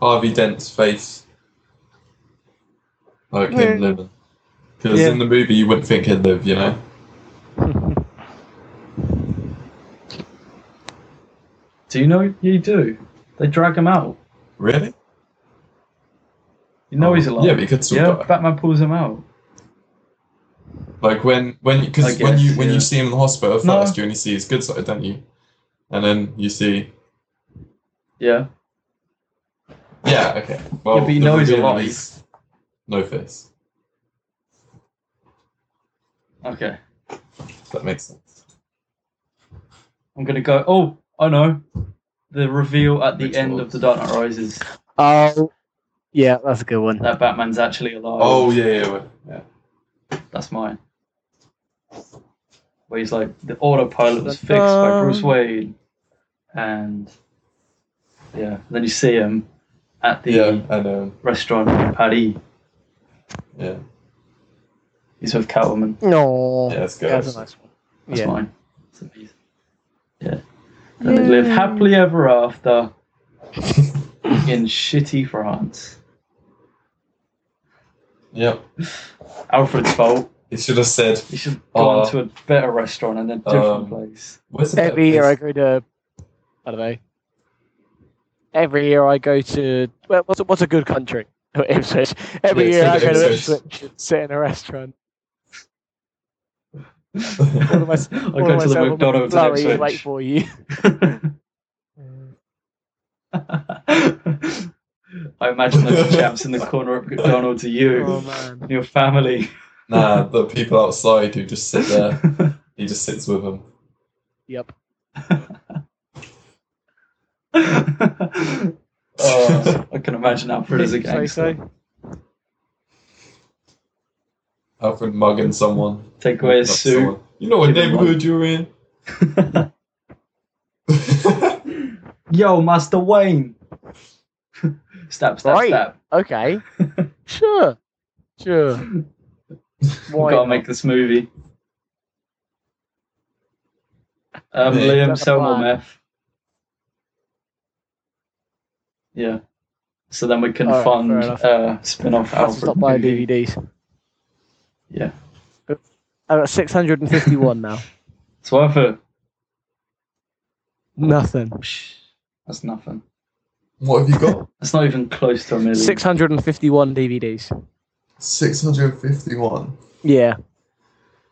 S2: Harvey Dent's face. Like
S3: Yeah.
S2: him living. Because
S3: Yeah.
S2: in the movie you wouldn't think he'd live, you know?
S1: Do you know you do? They drag him out.
S2: Really?
S1: You know he's alive.
S2: Oh, Yeah, but he could still
S1: yeah,
S2: die.
S1: Batman pulls him out.
S2: Like when when
S1: I
S2: because when
S1: guess,
S2: you when
S1: yeah.
S2: you see him in the hospital
S1: No.
S2: first, you only see his good side, don't you? And then you see,
S1: Yeah.
S2: yeah, okay. Well,
S1: but you
S2: the
S1: know he's
S2: reveal
S1: alive.
S2: is No face.
S1: Okay.
S2: If that makes sense.
S1: I'm gonna go. Oh, I know. The reveal at the
S2: Which
S1: end
S2: one?
S1: of The Dark Knight Rises
S3: oh, yeah, that's a good one.
S1: that Batman's actually alive.
S2: Oh yeah, yeah, yeah. yeah.
S1: that's mine. Where he's like the autopilot was fixed by Bruce Wayne, and yeah, then you see him at the
S2: yeah, and um,
S1: restaurant in Paris.
S2: yeah,
S1: He's with Catwoman.
S3: No,
S2: yeah, let's go.
S3: that's a nice one.
S1: That's
S3: yeah.
S1: mine. It's amazing. Yeah. And they live happily ever after (laughs) in shitty France.
S2: Yep.
S1: Alfred's fault.
S2: He should have said,
S1: He should have gone
S2: Uh,
S1: to a better restaurant and a different
S2: um,
S1: place.
S2: "Where's the
S3: Every
S2: better
S3: year I
S2: place?"
S3: go to, I don't know. Every year I go to well, what's a, what's a good country? (laughs) Oh, Ipswich. Every
S2: Yeah,
S3: year I
S2: it's
S3: go to
S2: Ipswich.
S3: Ipswich, and sit in a restaurant.
S1: I (laughs)
S3: Order, my, order
S1: go to the
S3: myself a
S1: McDonald's
S3: McFlurry,
S1: in
S3: wait
S1: Ipswich. (laughs)
S3: for you.
S1: I imagine those chaps in the corner at McDonald's are you,
S3: oh man.
S1: and your family.
S2: (laughs) nah, the people outside who just
S1: (laughs)
S2: sit there. He just sits with them.
S3: Yep.
S2: (laughs)
S1: oh, I can imagine Alfred as a
S3: Say
S1: gangster.
S3: so.
S2: Alfred mugging someone.
S1: Take away his
S2: Not
S1: suit.
S2: someone. You know what
S1: Give him
S2: neighborhood you're in. (laughs)
S1: (laughs) Yo, Master Wayne. stab, stab,
S3: Right.
S1: stab. (laughs)
S3: Okay. sure. Sure. Why?
S1: Gotta
S3: not?
S1: make this movie. Um,
S2: Yeah.
S1: Liam,
S3: That's a
S1: sell more
S3: plan.
S1: meth. Yeah. So then we can
S3: Alright,
S1: fund
S3: fair enough.
S1: uh, spin off
S3: That's
S1: Alfred.
S3: stop buying
S1: movie.
S3: DVDs.
S1: Yeah.
S3: I've got
S1: (laughs)
S3: 651 now.
S1: It's worth it.
S3: Nothing.
S1: Psh, That's nothing.
S2: What have you got?
S1: That's not even close to a million. (laughs)
S3: 651 DVDs.
S2: 651.
S3: Yeah.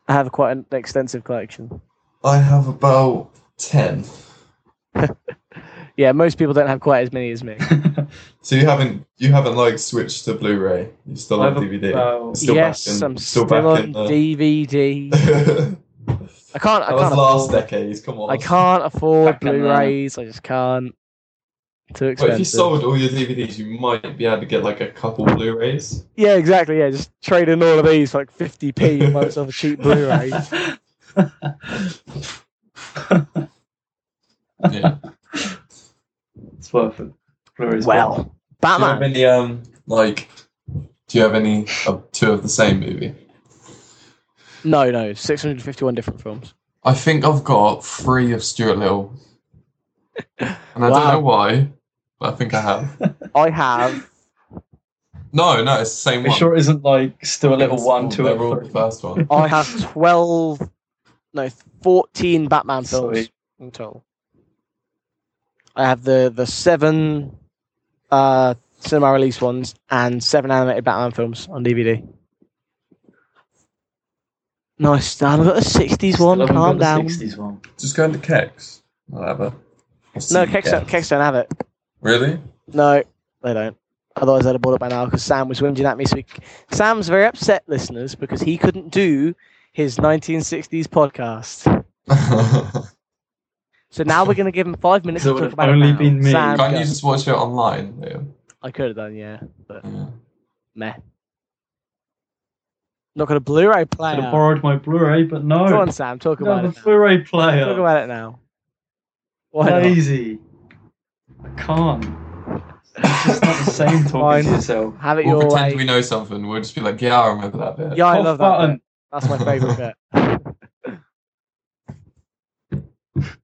S3: I have quite an extensive collection.
S2: I have about 10.
S3: Yeah, most people don't have quite as many as me.
S2: So you haven't you haven't like switched to Blu-ray. You still
S1: I've
S2: on DVD. (laughs)
S1: about-
S2: Still back
S3: yes,
S2: in-
S3: I'm
S2: still
S3: still,
S2: back in
S3: on
S2: the-
S3: DVD.
S2: that
S3: I can't. I
S2: was
S3: can't
S2: last
S3: afford.
S2: decade. Come on.
S3: I can't afford
S1: Back in the-
S3: Blu-rays. I just can't. Too
S2: Well,
S3: expensive.
S2: if you sold all your DVDs, you might be able to get like a couple
S1: (laughs)
S2: Blu-rays.
S3: Yeah, exactly. Yeah, just trade in all of these for like 50p and buy myself a
S2: (laughs)
S3: cheap Blu-ray.
S1: (laughs)
S2: Yeah.
S1: it's worth it. Blu-ray's worth
S3: well,
S2: Do you have
S3: Batman.
S2: any um Like, do you have any of two of the same movie?
S3: No, no, 651 different films.
S2: I think I've got three of Stuart Little, and I don't
S3: Wow.
S2: know why, but I think I have.
S1: (laughs)
S3: I have.
S2: No, no, it's the same
S1: It
S2: one.
S1: sure isn't like still a little
S2: It's
S1: one,
S2: all-
S1: two,
S2: they're
S1: and
S2: all
S1: three.
S2: the first one.
S3: I have 12, no, 14 Batman films
S1: Sweet.
S3: in total. I have the the seven uh, cinema release ones and seven animated Batman films on DVD. Nice, Dan. I've got the 60s one.
S1: Still haven't got
S3: Calm
S1: the
S3: down.
S1: 60s one.
S2: Just go into Kex. I'll have it. I'll see
S3: No,
S2: you
S3: Kex don't, Kex don't have it.
S1: (laughs)
S2: Really?
S3: No, they don't. Otherwise, I'd have bought it by now because Sam was whinging at me. this week. Sam's very upset, listeners, because he couldn't do his 1960s podcast.
S2: Can't
S3: So now we're going to give him five minutes
S1: So
S3: to
S1: it
S3: talk
S1: would've
S3: about
S1: only
S3: it now.
S1: been me.
S3: Sam,
S1: Can't
S3: go.
S2: you just watch it online? Liam?
S3: I could have done, yeah.
S2: Yeah.
S3: Meh. Not got a Blu-ray
S1: Could
S3: player.
S1: have borrowed my Blu-ray, but no.
S3: Go on, Sam. Talk
S1: no,
S3: about
S1: the
S3: it. Now.
S1: Blu-ray player.
S3: Talk about it now. Why not?
S1: Lazy. I can't. It's just not the same talking to
S3: Fine.
S1: yourself.
S3: Have it
S2: We'll
S3: your
S2: pretend
S3: way.
S2: we know something. We'll just be like, yeah, I remember that bit.
S3: Yeah, I
S1: Cough
S3: love that.
S1: button.
S3: bit. That's my favorite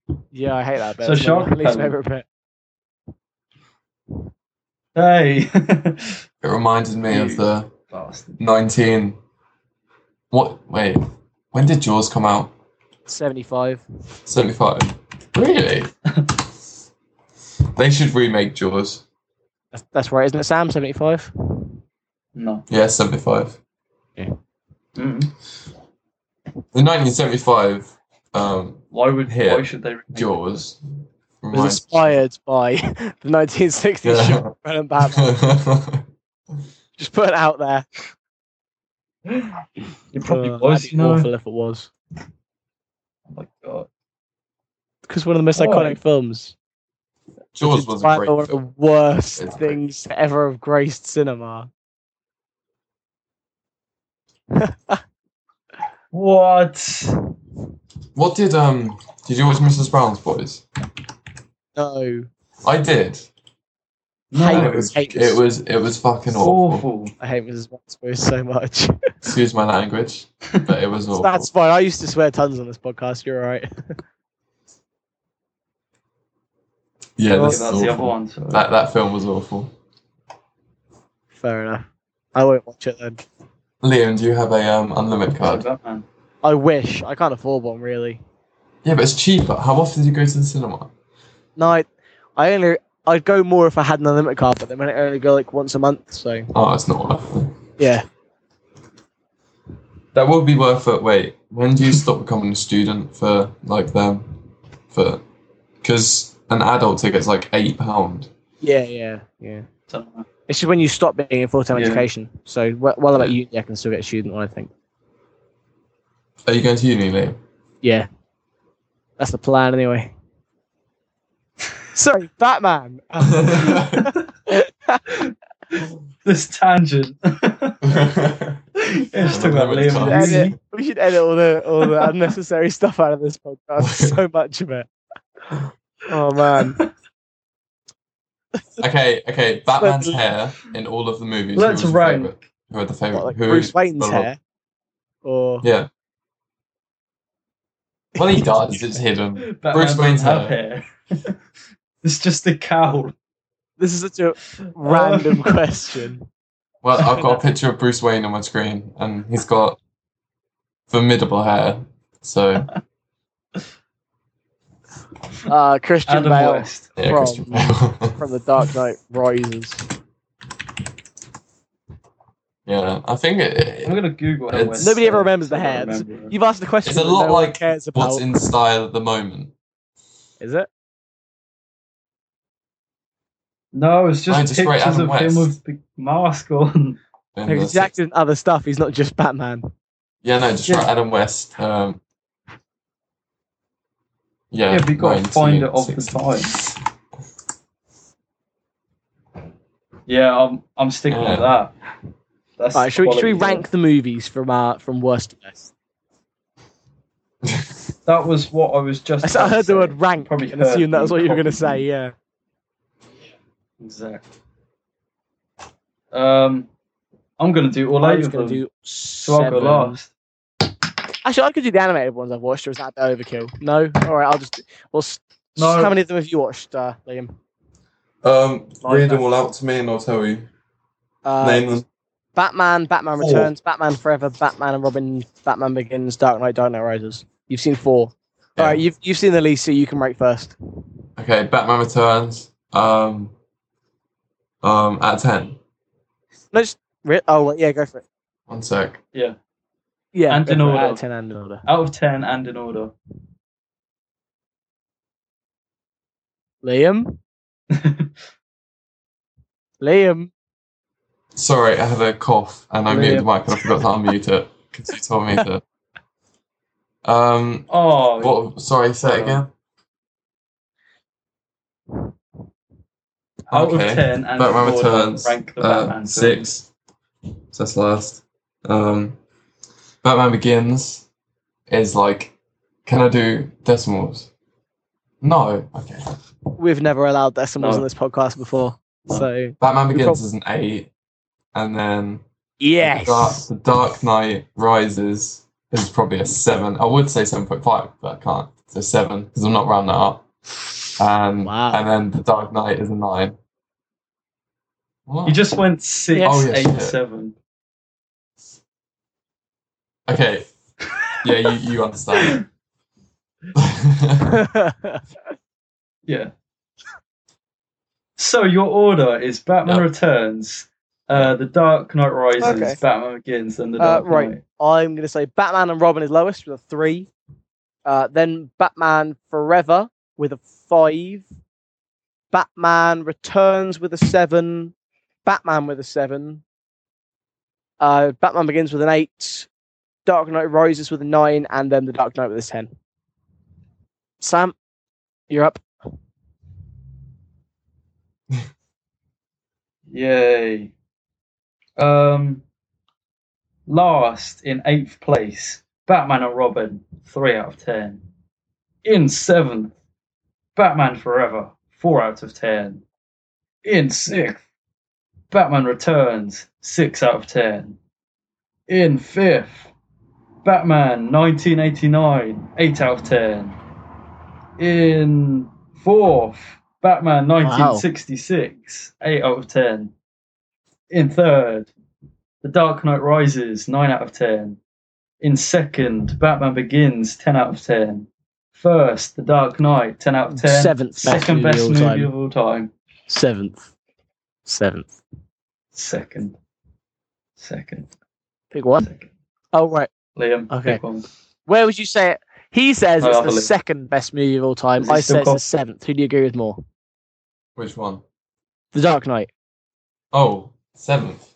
S3: bit.
S1: (laughs)
S3: yeah, I hate that bit.
S1: So
S3: It's my
S1: Shark
S3: least
S1: Repellent.
S3: favorite bit.
S1: Hey. (laughs)
S2: It reminded me of
S1: You
S2: the
S1: Bastard.
S2: 19. What? Wait. When did Jaws come out?
S3: Seventy-five.
S2: 75. Really? (laughs) they should remake Jaws.
S3: That's, that's right, isn't it, Sam? Seventy-five.
S1: No. Mm-hmm.
S2: Yeah, 75.
S1: Mm-mm.
S2: In 1975, um,
S1: Why would?
S2: Here.
S1: Why should they? remake
S2: Jaws.
S3: It was inspired by (laughs) the 1960s (laughs)
S2: Yeah. (laughs)
S3: Shark Repellent Batman. Just put it out there.
S1: it? It probably
S3: Uh,
S1: was.
S3: that'd
S1: You
S3: be
S1: know.
S3: awful if it was.
S1: Oh my god.
S3: Because one of the most
S1: Why?
S3: iconic films.
S2: Jaws
S3: It's
S2: was a
S3: by
S2: great
S3: one of the
S2: film.
S3: worst
S2: It's a great
S3: things to ever have graced cinema.
S1: What?
S2: What did um? Did you watch Mrs. Brown's Boys?
S3: No.
S2: I did.
S1: No.
S3: Hate
S2: And
S3: it.
S2: it was
S3: Apes.
S2: it was it was fucking
S1: It's
S2: awful.
S1: awful.
S3: I hate Mrs. Watsworth so much.
S2: Excuse my language, but it was awful.
S3: (laughs) That's fine. I used to swear tons on this podcast. You're right. (laughs)
S2: yeah,
S1: Okay,
S2: this
S1: that's
S2: is
S1: the other
S2: awful.
S1: one. So.
S2: That that film was awful.
S3: Fair enough. I won't watch it then.
S2: Liam, do you have a um unlimited
S1: So
S2: card?
S1: Batman.
S3: I wish. I can't afford one, really.
S2: Yeah, but it's cheaper. How often do you go to the cinema?
S3: No, I, I only. I'd go more if I had an unlimited card, but then I only go like once a month, so
S2: Oh, it's not worth it.
S3: yeah.
S2: That would be worth it. Wait, when do you stop becoming a student for like them? For because an adult ticket's like eight pound.
S3: Yeah, yeah, yeah.
S1: Don't know.
S3: It's just when you stop being in full time
S1: Yeah.
S3: education. So wh- while I'm at uni, I can still get a student one. I think.
S2: Are you going to uni, Liam?
S3: Yeah, that's the plan anyway. Sorry,
S2: (laughs)
S3: Batman. Um,
S1: This tangent. (laughs) it's talking about
S2: Unlimited
S1: Liam.
S2: cards.
S1: and Uni.
S3: edit. We should edit all the all the unnecessary stuff out of this
S2: (laughs)
S3: podcast. So much of it. Oh man.
S2: okay, okay. Batman's hair in all of the movies. who
S1: Let's
S2: was your
S1: rank.
S2: favourite? Who had the
S3: What,
S2: favorite?
S3: like
S2: who
S3: Bruce Wayne's
S2: the-
S3: hair, or
S2: Yeah. Well, he does. It's hidden.
S1: Batman
S2: Bruce
S1: doesn't
S2: Wayne's
S1: have hair. (laughs) it's just the cowl.
S3: this is such a
S2: (laughs)
S3: random question.
S2: Well, I've
S3: (laughs)
S2: got a picture of Bruce Wayne on my screen, and he's got formidable hair.
S3: (laughs)
S2: So
S3: Uh, Christian
S1: Adam
S3: Bale
S1: West.
S2: yeah,
S3: From-
S2: Christian Bale. (laughs)
S3: from The Dark Knight Rises.
S2: yeah, I think it, it-
S1: I'm gonna Google Adam
S2: It's-
S1: West.
S3: Nobody ever
S1: so
S3: remembers the
S1: I
S3: hair.
S1: don't remember it.
S3: You've asked the question.
S2: It's a
S3: that
S2: lot
S3: no one
S2: like
S3: cares about.
S2: what's in style at the moment.
S3: Is it?
S1: No, it's just
S2: No, just write
S1: pictures
S2: Adam
S1: of him with
S2: West.
S1: the mask on.
S2: in
S3: Because
S2: the
S3: he's acted in other stuff. He's not just Batman.
S2: Yeah, no, just
S1: Yeah.
S2: write Adam West. Um, yeah,
S1: Yeah, we gotta find it off the
S2: 1960s.
S1: Yeah, I'm I'm sticking with
S2: Uh,
S1: that. That's
S3: All right, should we, should we
S1: quality.
S3: rank the movies from uh, from worst to best?
S1: That was what I was just.
S3: I, s- I
S1: about to
S3: heard the
S1: say.
S3: word rank
S1: Probably
S3: and assumed
S1: heard
S3: that was what you were going to
S1: copy.
S3: say. Yeah.
S1: Exactly. Um, I'm gonna do all
S3: I
S1: eight
S3: was
S1: of them,
S3: going to do
S1: so I'll go
S3: seven.
S1: last.
S3: Actually, I could do the animated ones I've watched, or is that overkill? No? All right, I'll just. Well, s-
S1: No.
S3: how many of them have you watched, uh, Liam?
S2: (laughs) Um,
S1: Like
S2: read
S1: that.
S2: them all out to me, and I'll tell you.
S3: Uh,
S2: Name them.
S3: Batman, Batman
S2: Four.
S3: Returns, Batman Forever, Batman and Robin, Batman Begins, Dark Knight, Dark Knight Rises. You've seen four.
S2: Yeah.
S3: All right, you've you've seen the least, so you can rank first.
S2: Okay, Batman Returns. Um, um, at ten.
S3: No, just re- oh well, yeah, go for it.
S2: One sec.
S3: Yeah,
S1: And
S3: go
S1: in
S3: for it,
S1: order.
S3: out of ten and in order.
S1: Out of ten and in order. (laughs)
S3: Liam, Liam,
S2: Sorry, I had a cough and I muted the
S1: Brilliant.
S2: mic and I forgot to unmute it because you told me to. Um,
S1: oh,
S2: what? Sorry, say it again.
S1: out
S2: okay.
S1: of ten and
S2: Batman
S1: in order.
S2: Returns.
S1: Rank the
S2: uh,
S1: Batman films.
S2: six. So that's last. Um, Batman Begins is like, can I do decimals? No. Okay.
S3: we've never allowed decimals
S1: No.
S3: on this podcast before, so
S2: Batman
S3: We
S2: Begins
S3: prob-
S2: is an eight, and then
S3: yes,
S2: the, Dark, the Dark Knight Rises is probably a seven. I would say seven point five, but I can't. So seven because I'm not rounding that up. And
S3: Wow.
S2: and then the Dark Knight is a nine. What?
S1: You just went six, eight,
S3: Yes.
S2: Oh,
S1: seven.
S2: yeah, shit. okay? Yeah, you you understand. (laughs)
S3: (laughs)
S1: Yeah. So your order is Batman
S2: Yep.
S1: Returns, uh, The Dark Knight Rises,
S5: Okay.
S1: Batman Begins, and The
S5: Uh,
S1: Dark
S5: right.
S1: Knight.
S5: I'm gonna say Batman and Robin is lowest with a three. Uh, then Batman Forever with a five. Batman Returns with a seven. Batman with a seven. Uh, Batman Begins with an eight. Dark Knight Rises with a nine, and then The Dark Knight with a ten. Sam, you're up.
S1: Yay. Um, last in eighth place, Batman and Robin, three out of ten. In seventh, Batman Forever, four out of ten. In sixth, Batman Returns, six out of ten. In fifth, Batman 1989, eight out of ten. In fourth, Batman 1966, eight out of ten. In third, The Dark Knight Rises, 9 out of 10. In second, Batman Begins, 10 out of 10. First, The Dark Knight, 10 out of 10.
S3: Seventh best
S1: Second
S3: movie
S1: best
S3: of all
S1: movie
S3: time.
S1: of all time.
S3: seventh, seventh.
S1: Second. Second.
S3: Pick one.
S1: Second.
S3: Oh right,
S1: Liam,
S3: Okay.
S1: pick one.
S3: where would you say it? He says
S1: Oh,
S3: it's
S1: I'll
S3: the
S1: leave.
S3: second best movie of all time.
S1: Is it
S3: I
S1: still
S3: say it's the
S1: called-
S3: seventh. Who do you agree with more?
S2: Which one?
S3: The Dark Knight.
S2: Oh, seventh.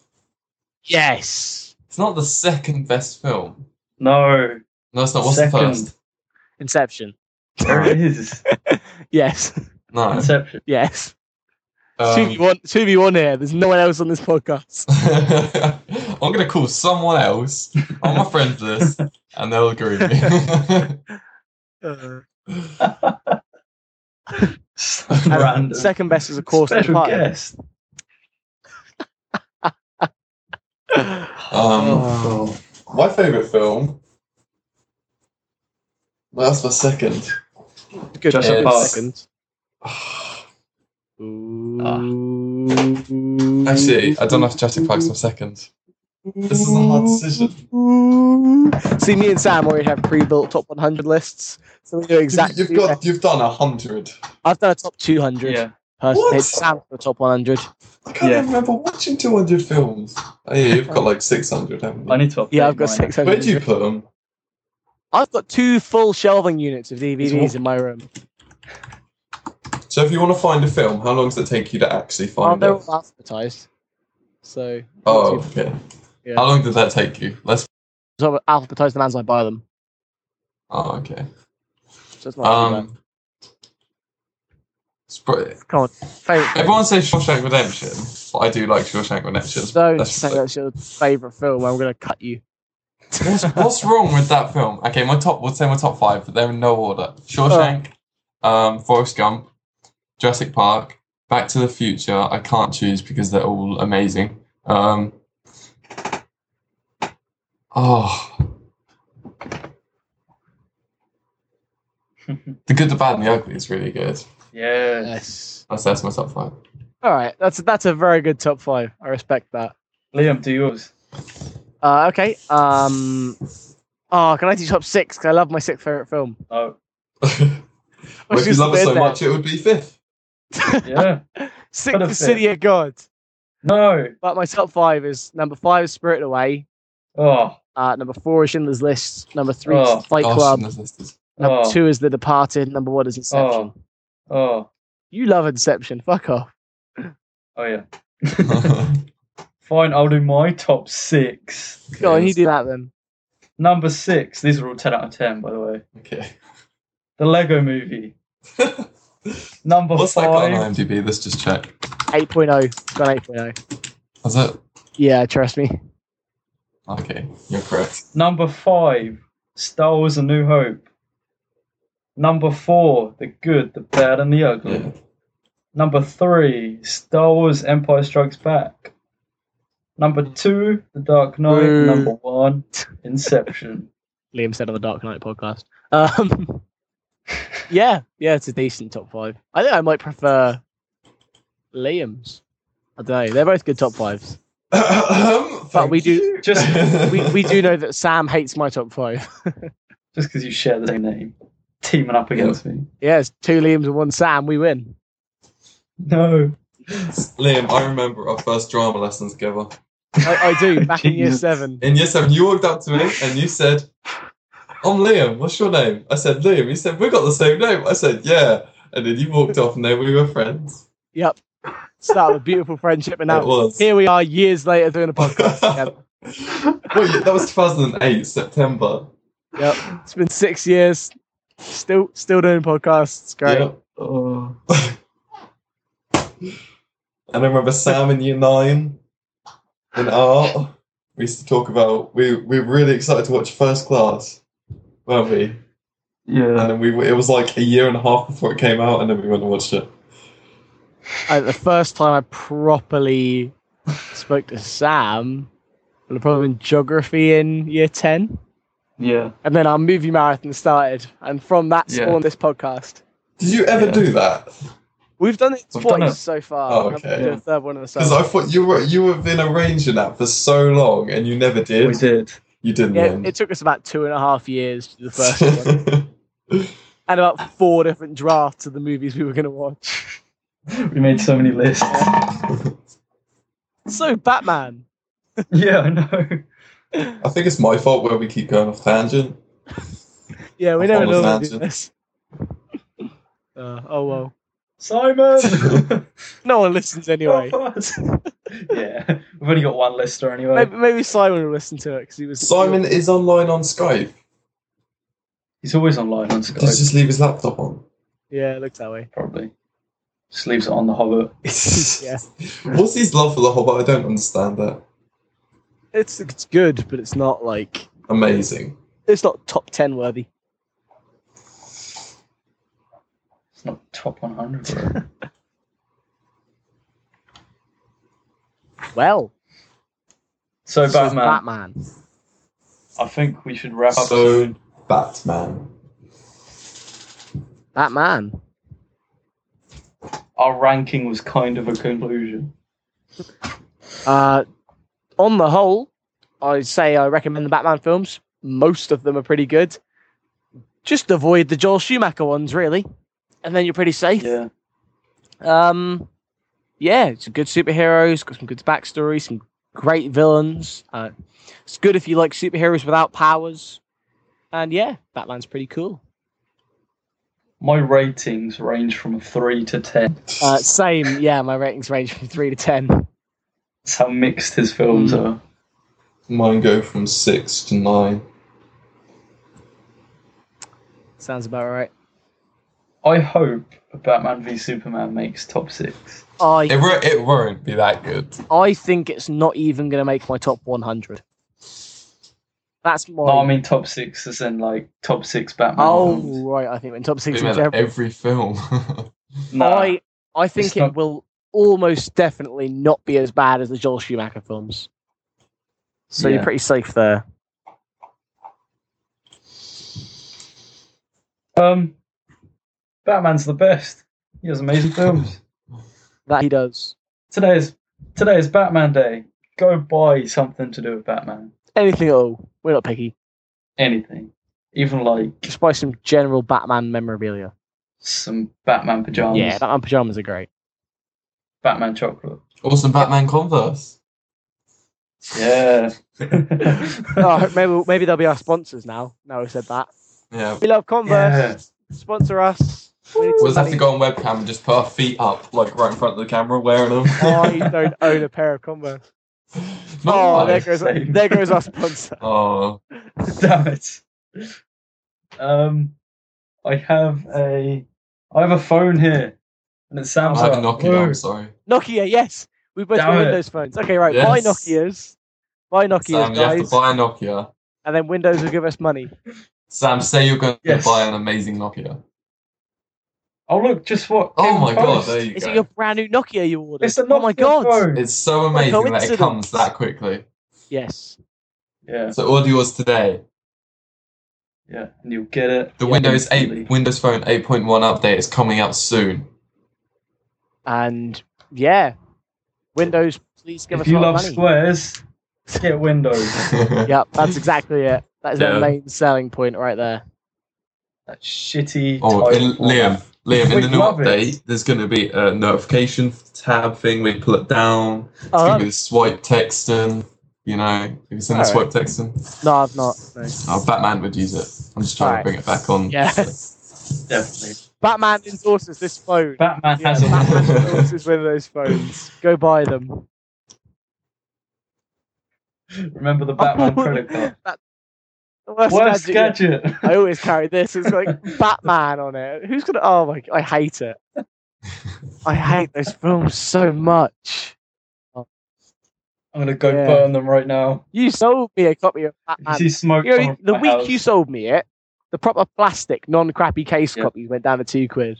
S3: Yes.
S2: It's not the second best film.
S1: No,
S2: No, it's not. What's the
S1: Second.
S2: first?
S3: Inception.
S1: there it is.
S3: Yes. (laughs)
S1: (laughs)
S2: No.
S1: Inception.
S3: Yes. Two
S2: um,
S3: v one. Two v one here. There's no one else on this podcast.
S2: (laughs) I'm gonna call someone else on my friends list, and they'll agree with
S3: (laughs)
S2: me. Uh,
S1: So
S3: And
S1: Random.
S3: Uh, Second best is of course the
S1: Special
S3: Departed.
S1: guest.
S2: um,
S3: Oh.
S2: my favorite film. well, That's my second.
S3: Good
S1: Just
S3: good
S2: Departed.
S3: second.
S1: Ah.
S2: Actually, I don't have to justify my second. This is a hard decision.
S3: See, me and Sam already have pre-built top 100 lists, so we know exactly.
S2: You've got, you've done a hundred.
S3: I've done a top 200.
S1: Yeah.
S3: Personally,
S2: What?
S3: Sam's the top 100.
S2: I can't
S1: Yeah.
S2: even remember watching 200 films. Oh, yeah, you've got like 600, haven't
S1: I
S2: you?
S1: need to update
S3: Yeah, I've got
S1: mine.
S3: 600.
S2: Where'd you put them?
S3: I've got two full shelving units of DVDs in my room.
S2: So, if you want to find a film, how long does it take you to actually
S3: Well,
S2: find
S3: Oh, they're
S2: it?
S3: all advertised. So,
S2: Oh, okay.
S3: Yeah.
S2: How long did that take you? Let's.
S3: so I'll advertise them as I buy them.
S2: Oh, okay.
S3: So it's not too
S2: Um. it's pro-
S3: bad. Come on. Favorite
S2: Everyone says Shawshank Redemption, but I do like Shawshank Redemption.
S3: Don't
S2: That's-
S3: say that's your favourite film. I'm going to cut you. (laughs)
S2: what's, what's wrong with that film? Okay, my top. We'll say my top five, but they're in no order: Shawshank, um, Forrest Gump, Jurassic Park, Back to the Future. I can't choose because they're all amazing. Um, oh, the good, the bad, and the ugly is really good.
S1: (laughs) yes.
S3: Yes.
S2: That's that's my top five.
S3: All right, that's that's a very good top five. I respect that.
S1: Liam, do yours.
S3: Uh, okay. Um. Oh, can I do top six? 'Cause I love my sixth favorite film.
S1: Oh,
S2: well, if you
S3: is
S2: love it so
S3: weird there.
S2: much, it would be fifth. (laughs)
S1: yeah.
S3: Sixth,
S1: Could've
S3: the
S1: said.
S3: City of God.
S1: no.
S3: But my top five is number five is Spirit Away.
S1: Oh,
S3: Uh, number four is Schindler's List. Number three
S1: Oh,
S3: is Fight
S2: Oh,
S3: Club.
S2: Schindler's List is- (laughs)
S3: Number
S1: Oh.
S3: two is The Departed. Number one is Inception.
S1: oh, oh,
S3: You love Inception. Fuck off.
S1: oh, yeah. Fine, I'll do my top six.
S3: Go on, you
S2: Yes.
S3: do that then.
S1: Number six. These are all ten out of ten, by the way.
S2: okay. (laughs)
S1: The Lego Movie. Number
S2: What's that got
S1: five.
S2: on IMDb? Let's just check.
S3: 8.0. It's gone 8.0.
S2: Is it?
S3: oh. Yeah, trust me.
S2: Okay, you're correct.
S1: Number five. Star Wars: A New Hope. Number four. The Good, the Bad, and the Ugly.
S2: Yeah. (laughs)
S1: Number three, Star Wars Empire Strikes Back. Number two, The Dark Knight.
S3: Boo.
S1: Number one, Inception.
S3: Liam said on the Dark Knight podcast. Um, (laughs) yeah, yeah, it's a decent top five. I think I might prefer Liam's. I don't know. They're both good top fives.
S2: Um, Thank
S3: we do-
S2: you.
S1: just-
S3: We, we do know that Sam hates my top five. (laughs)
S1: Just because you share the same name, teaming up against me.
S3: Yes, two Liams and one Sam. We win.
S1: No.
S2: (laughs) Liam, I remember our first drama lessons together.
S3: I,
S1: (laughs)
S3: I do. Back in year
S1: Genius.
S3: seven.
S2: In year seven, you walked up to me and you said, I'm Liam, what's your name? I said, Liam. You said, we got the same name. I said, yeah. And then you walked off and then we were friends.
S3: Yep. Start with a beautiful friendship, and
S2: it
S1: (laughs)
S3: now
S2: was.
S3: here we are, years later, doing a podcast.
S2: (laughs) well,
S3: together.
S2: yeah, that was 2008, September.
S3: Yep. It's been six years. Still, still doing podcasts. It's great.
S2: Yeah. Oh. and I remember Sam in year nine in art. We used to talk about we we were really excited to watch First Class, weren't we? And
S1: Yeah.
S2: then we it was like a year and a half before it came out, and then we went and watched it.
S3: I, the first time I properly spoke to Sam, I was probably in geography in year 10.
S1: Yeah.
S3: And then our movie marathon started. And from that
S1: Yeah.
S3: spawned this podcast.
S2: Did you ever
S1: Yeah.
S2: do that?
S3: We've done it
S1: We've
S3: twice
S1: done it.
S3: so far.
S2: Oh,
S3: I'm
S2: okay.
S3: gonna do a third one in the
S2: Because
S3: summer.
S2: I thought you were you have been arranging that for so long, and you never did.
S1: We did.
S2: You didn't.
S3: Yeah,
S2: then.
S3: it took us about two and a half years to do the first
S1: (laughs)
S3: one. and about four different drafts of the movies we were going to watch.
S1: We made so many
S3: (laughs)
S1: lists.
S3: So, Batman.
S1: yeah, I know.
S2: (laughs) I think it's my fault where we keep going off tangent.
S3: Yeah, we
S2: I
S3: never
S2: was
S3: normally do
S2: answered.
S3: this. Uh, oh, well.
S1: Simon!
S3: No one listens (laughs)
S1: (laughs)
S3: anyway.
S1: yeah. We've only got one lister anyway.
S3: Maybe, maybe Simon will listen to it because he was
S2: Simon is online on Skype.
S1: He's always online on
S2: Did he
S1: Skype,
S2: just leave his laptop on?
S3: Yeah, it looks that way.
S1: probably. Just leaves it on the Hobbit.
S3: (laughs) Yeah.
S2: What's his love for the Hobbit? I don't understand that.
S3: It's it's good, but it's not like
S2: Amazing.
S3: it's not top ten worthy.
S1: It's not top 100, bro.
S3: (laughs) Well,
S1: So
S3: this is
S1: Batman,
S3: Batman.
S1: I think we should wrap up
S2: So
S1: soon.
S2: Batman.
S3: Batman.
S1: Our ranking was kind of a conclusion.
S3: Uh, on the whole, I say I recommend the Batman films. Most of them are pretty good. Just avoid the Joel Schumacher ones, really, and then you're pretty safe.
S1: Yeah,
S3: Um, yeah, it's a good superheroes. Got some good backstory, some great villains. Uh, it's good if you like superheroes without powers. And yeah, Batman's pretty cool.
S1: my ratings range from three to ten.
S3: Uh, same, yeah. My ratings range from three to ten.
S1: That's how mixed his films
S3: Mm.
S1: are.
S2: Mine go from six to nine.
S3: Sounds about right.
S1: I hope Batman v Superman makes top six.
S3: I
S2: It, wo- it won't be that good.
S3: I think it's not even going to make my top 100. That's my.
S1: No, I mean top six as in like top six Batman.
S3: oh
S1: films.
S3: right, I think in top six.
S2: It (laughs)
S3: in
S2: meant
S3: general.
S2: every film.
S1: Nah,
S3: I I think
S1: it's
S3: it
S1: not-
S3: will. almost definitely not be as bad as the Joel Schumacher films. So
S1: Yeah.
S3: you're pretty safe there.
S1: Um, Batman's the best. He has
S3: (laughs)
S1: amazing films.
S3: That he does.
S1: Today is today is Batman Day. Go buy something to do with Batman.
S3: Anything at all. We're not picky.
S1: Anything, even like
S3: Just buy some general Batman memorabilia.
S1: some Batman pajamas,
S3: Yeah, Batman pajamas are great. (laughs)
S1: Batman chocolate.
S2: Or some Batman Converse.
S1: Yeah.
S3: (laughs) oh, maybe maybe they'll be our sponsors now. Now we've said that.
S2: Yeah.
S3: We love Converse.
S1: yeah.
S3: Sponsor us. We need
S2: We'll just have to
S3: money.
S2: go on webcam and just put our feet up, like right in front of the camera, wearing them. (laughs)
S3: Oh, I don't own a pair of Converse.
S2: Not
S3: Oh, there
S2: live.
S3: goes
S1: same.
S3: there goes our sponsor.
S2: (laughs) Oh,
S1: (laughs) Damn it. Um, I have a I have a phone here, and it's
S2: I
S1: Samsung.
S2: had a Nokia. I'm
S1: Whoa.
S2: sorry.
S3: Nokia, yes. We both
S1: Damn
S3: got
S1: it.
S3: Windows phones. Okay, right. Buy
S2: Yes.
S3: Nokias. Buy Nokias,
S2: Sam, you have to
S3: guys.
S2: buy a Nokia.
S3: And then Windows will give us money.
S2: Sam, say you're going
S1: Yes.
S2: to buy an amazing Nokia.
S1: Oh look, just what?
S2: Oh
S1: came in
S2: my
S1: the
S2: god,
S1: post.
S2: there you
S3: Is
S2: go.
S3: it your brand new Nokia you ordered?
S1: It's a
S3: oh my
S1: Nokia
S3: god.
S1: phone.
S2: It's so
S3: What a
S2: amazing that it
S3: coincidence.
S2: comes that quickly.
S3: Yes.
S1: Yeah,
S2: So order yours today.
S1: yeah, and you'll get it.
S2: The
S1: Yeah,
S2: Windows 8,
S1: instantly.
S2: Windows Phone 8.1 update is coming out soon.
S3: And yeah. Windows, please give
S1: If
S3: us
S1: you
S3: a
S1: love
S3: lot of money.
S1: squares, get Windows.
S2: (laughs)
S3: Yep, that's exactly it. That is
S2: Yeah.
S3: the main selling point right there.
S1: That shitty.
S2: Oh,
S1: title
S2: in, Liam, Liam, in
S1: We
S2: the new
S1: love it.
S2: update, there's going to be a notification tab thing where you pull it down. It's
S3: Oh,
S2: going to be the swipe texting. You know, have you seen the
S3: Alright.
S2: swipe texting?
S3: no, I've not. no.
S2: Oh, Batman would use it. I'm just trying
S3: Alright.
S2: to bring it back on.
S3: Yeah.
S1: Definitely.
S3: Batman endorses this phone.
S1: Batman
S3: Yeah,
S1: has it.
S2: Batman.
S3: Batman endorses Windows phones. Go buy them.
S1: (laughs) Remember the (laughs) Batman credit card.
S3: That- the worst
S1: Worst
S3: gadget yet.
S1: gadget.
S3: (laughs) I always carry this. It's
S1: (laughs)
S3: like Batman on it. Who's gonna? Oh my! I hate it. I hate those films so much.
S1: I'm gonna go
S3: Yeah.
S1: burn them right now.
S3: You sold me a copy
S1: You
S3: of
S1: (laughs)
S3: Batman.
S1: see smoke.
S3: You know,
S1: coming from
S3: the
S1: my (laughs)
S3: week
S1: house.
S3: you sold me it, the proper plastic, non-crappy case
S1: Yeah.
S3: copy went down to two quid.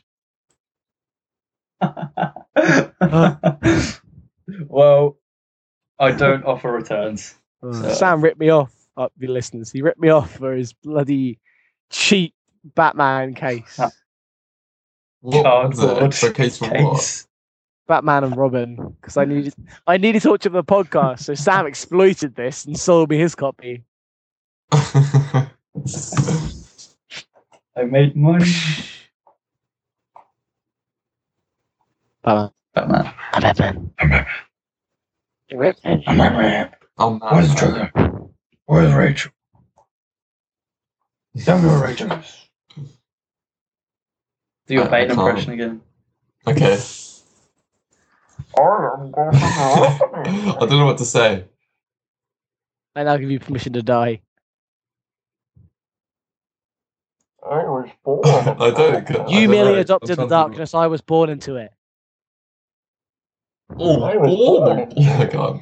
S1: well, I don't offer returns. So-
S3: Sam ripped me off. Up the listeners, he ripped me off for his bloody cheap Batman case.
S1: Ah.
S2: What was
S1: Cardboard
S2: it? For case for (laughs) what?
S1: Case.
S3: Batman and Robin because I needed I needed to watch the podcast. So Sam exploited this and sold me his copy.
S1: I made money.
S3: Batman.
S1: Batman.
S3: I'm Batman.
S1: I'm Batman.
S2: oh, man.
S1: Where's Rachel? Tell me where Rachel is. Do your
S2: I- I
S1: Bane
S2: can't.
S1: impression again.
S2: Okay. (laughs) I don't know what to say.
S3: And I'll give you permission to die.
S2: (laughs) I don't.
S3: Oh, You merely adopted the
S2: I'm trying to
S3: darkness. I was born into it.
S2: think of- Oh, oh, oh my god.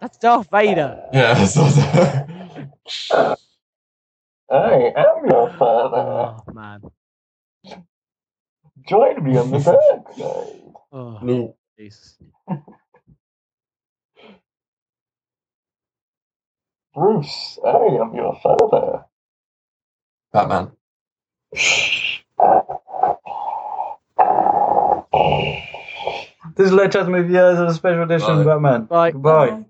S3: That's Darth Vader.
S2: Yeah, (laughs) I saw that.
S4: I am your father.
S3: Oh man.
S4: Join me on
S2: (laughs)
S4: the dark side.
S3: Oh
S2: No.
S3: Jesus.
S4: Bruce, I am your father.
S2: Batman.
S1: This is Let's Chat Movie Years a special edition
S2: Bye.
S1: Batman.
S3: Bye.
S1: Goodbye.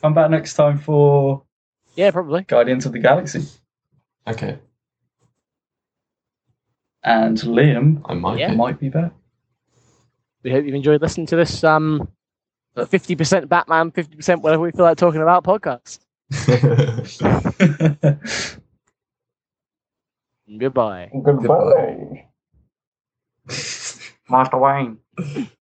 S1: Come back next time for
S3: Yeah, probably.
S1: Guardians of the Galaxy.
S2: Okay,
S1: And Liam
S2: I might.
S3: Yeah.
S2: be.
S1: might be back. (laughs)
S3: We hope you've enjoyed listening to this um 50% Batman, 50% whatever we feel like talking about podcast.
S2: (laughs)
S3: Goodbye.
S4: Goodbye.
S1: Master Wayne.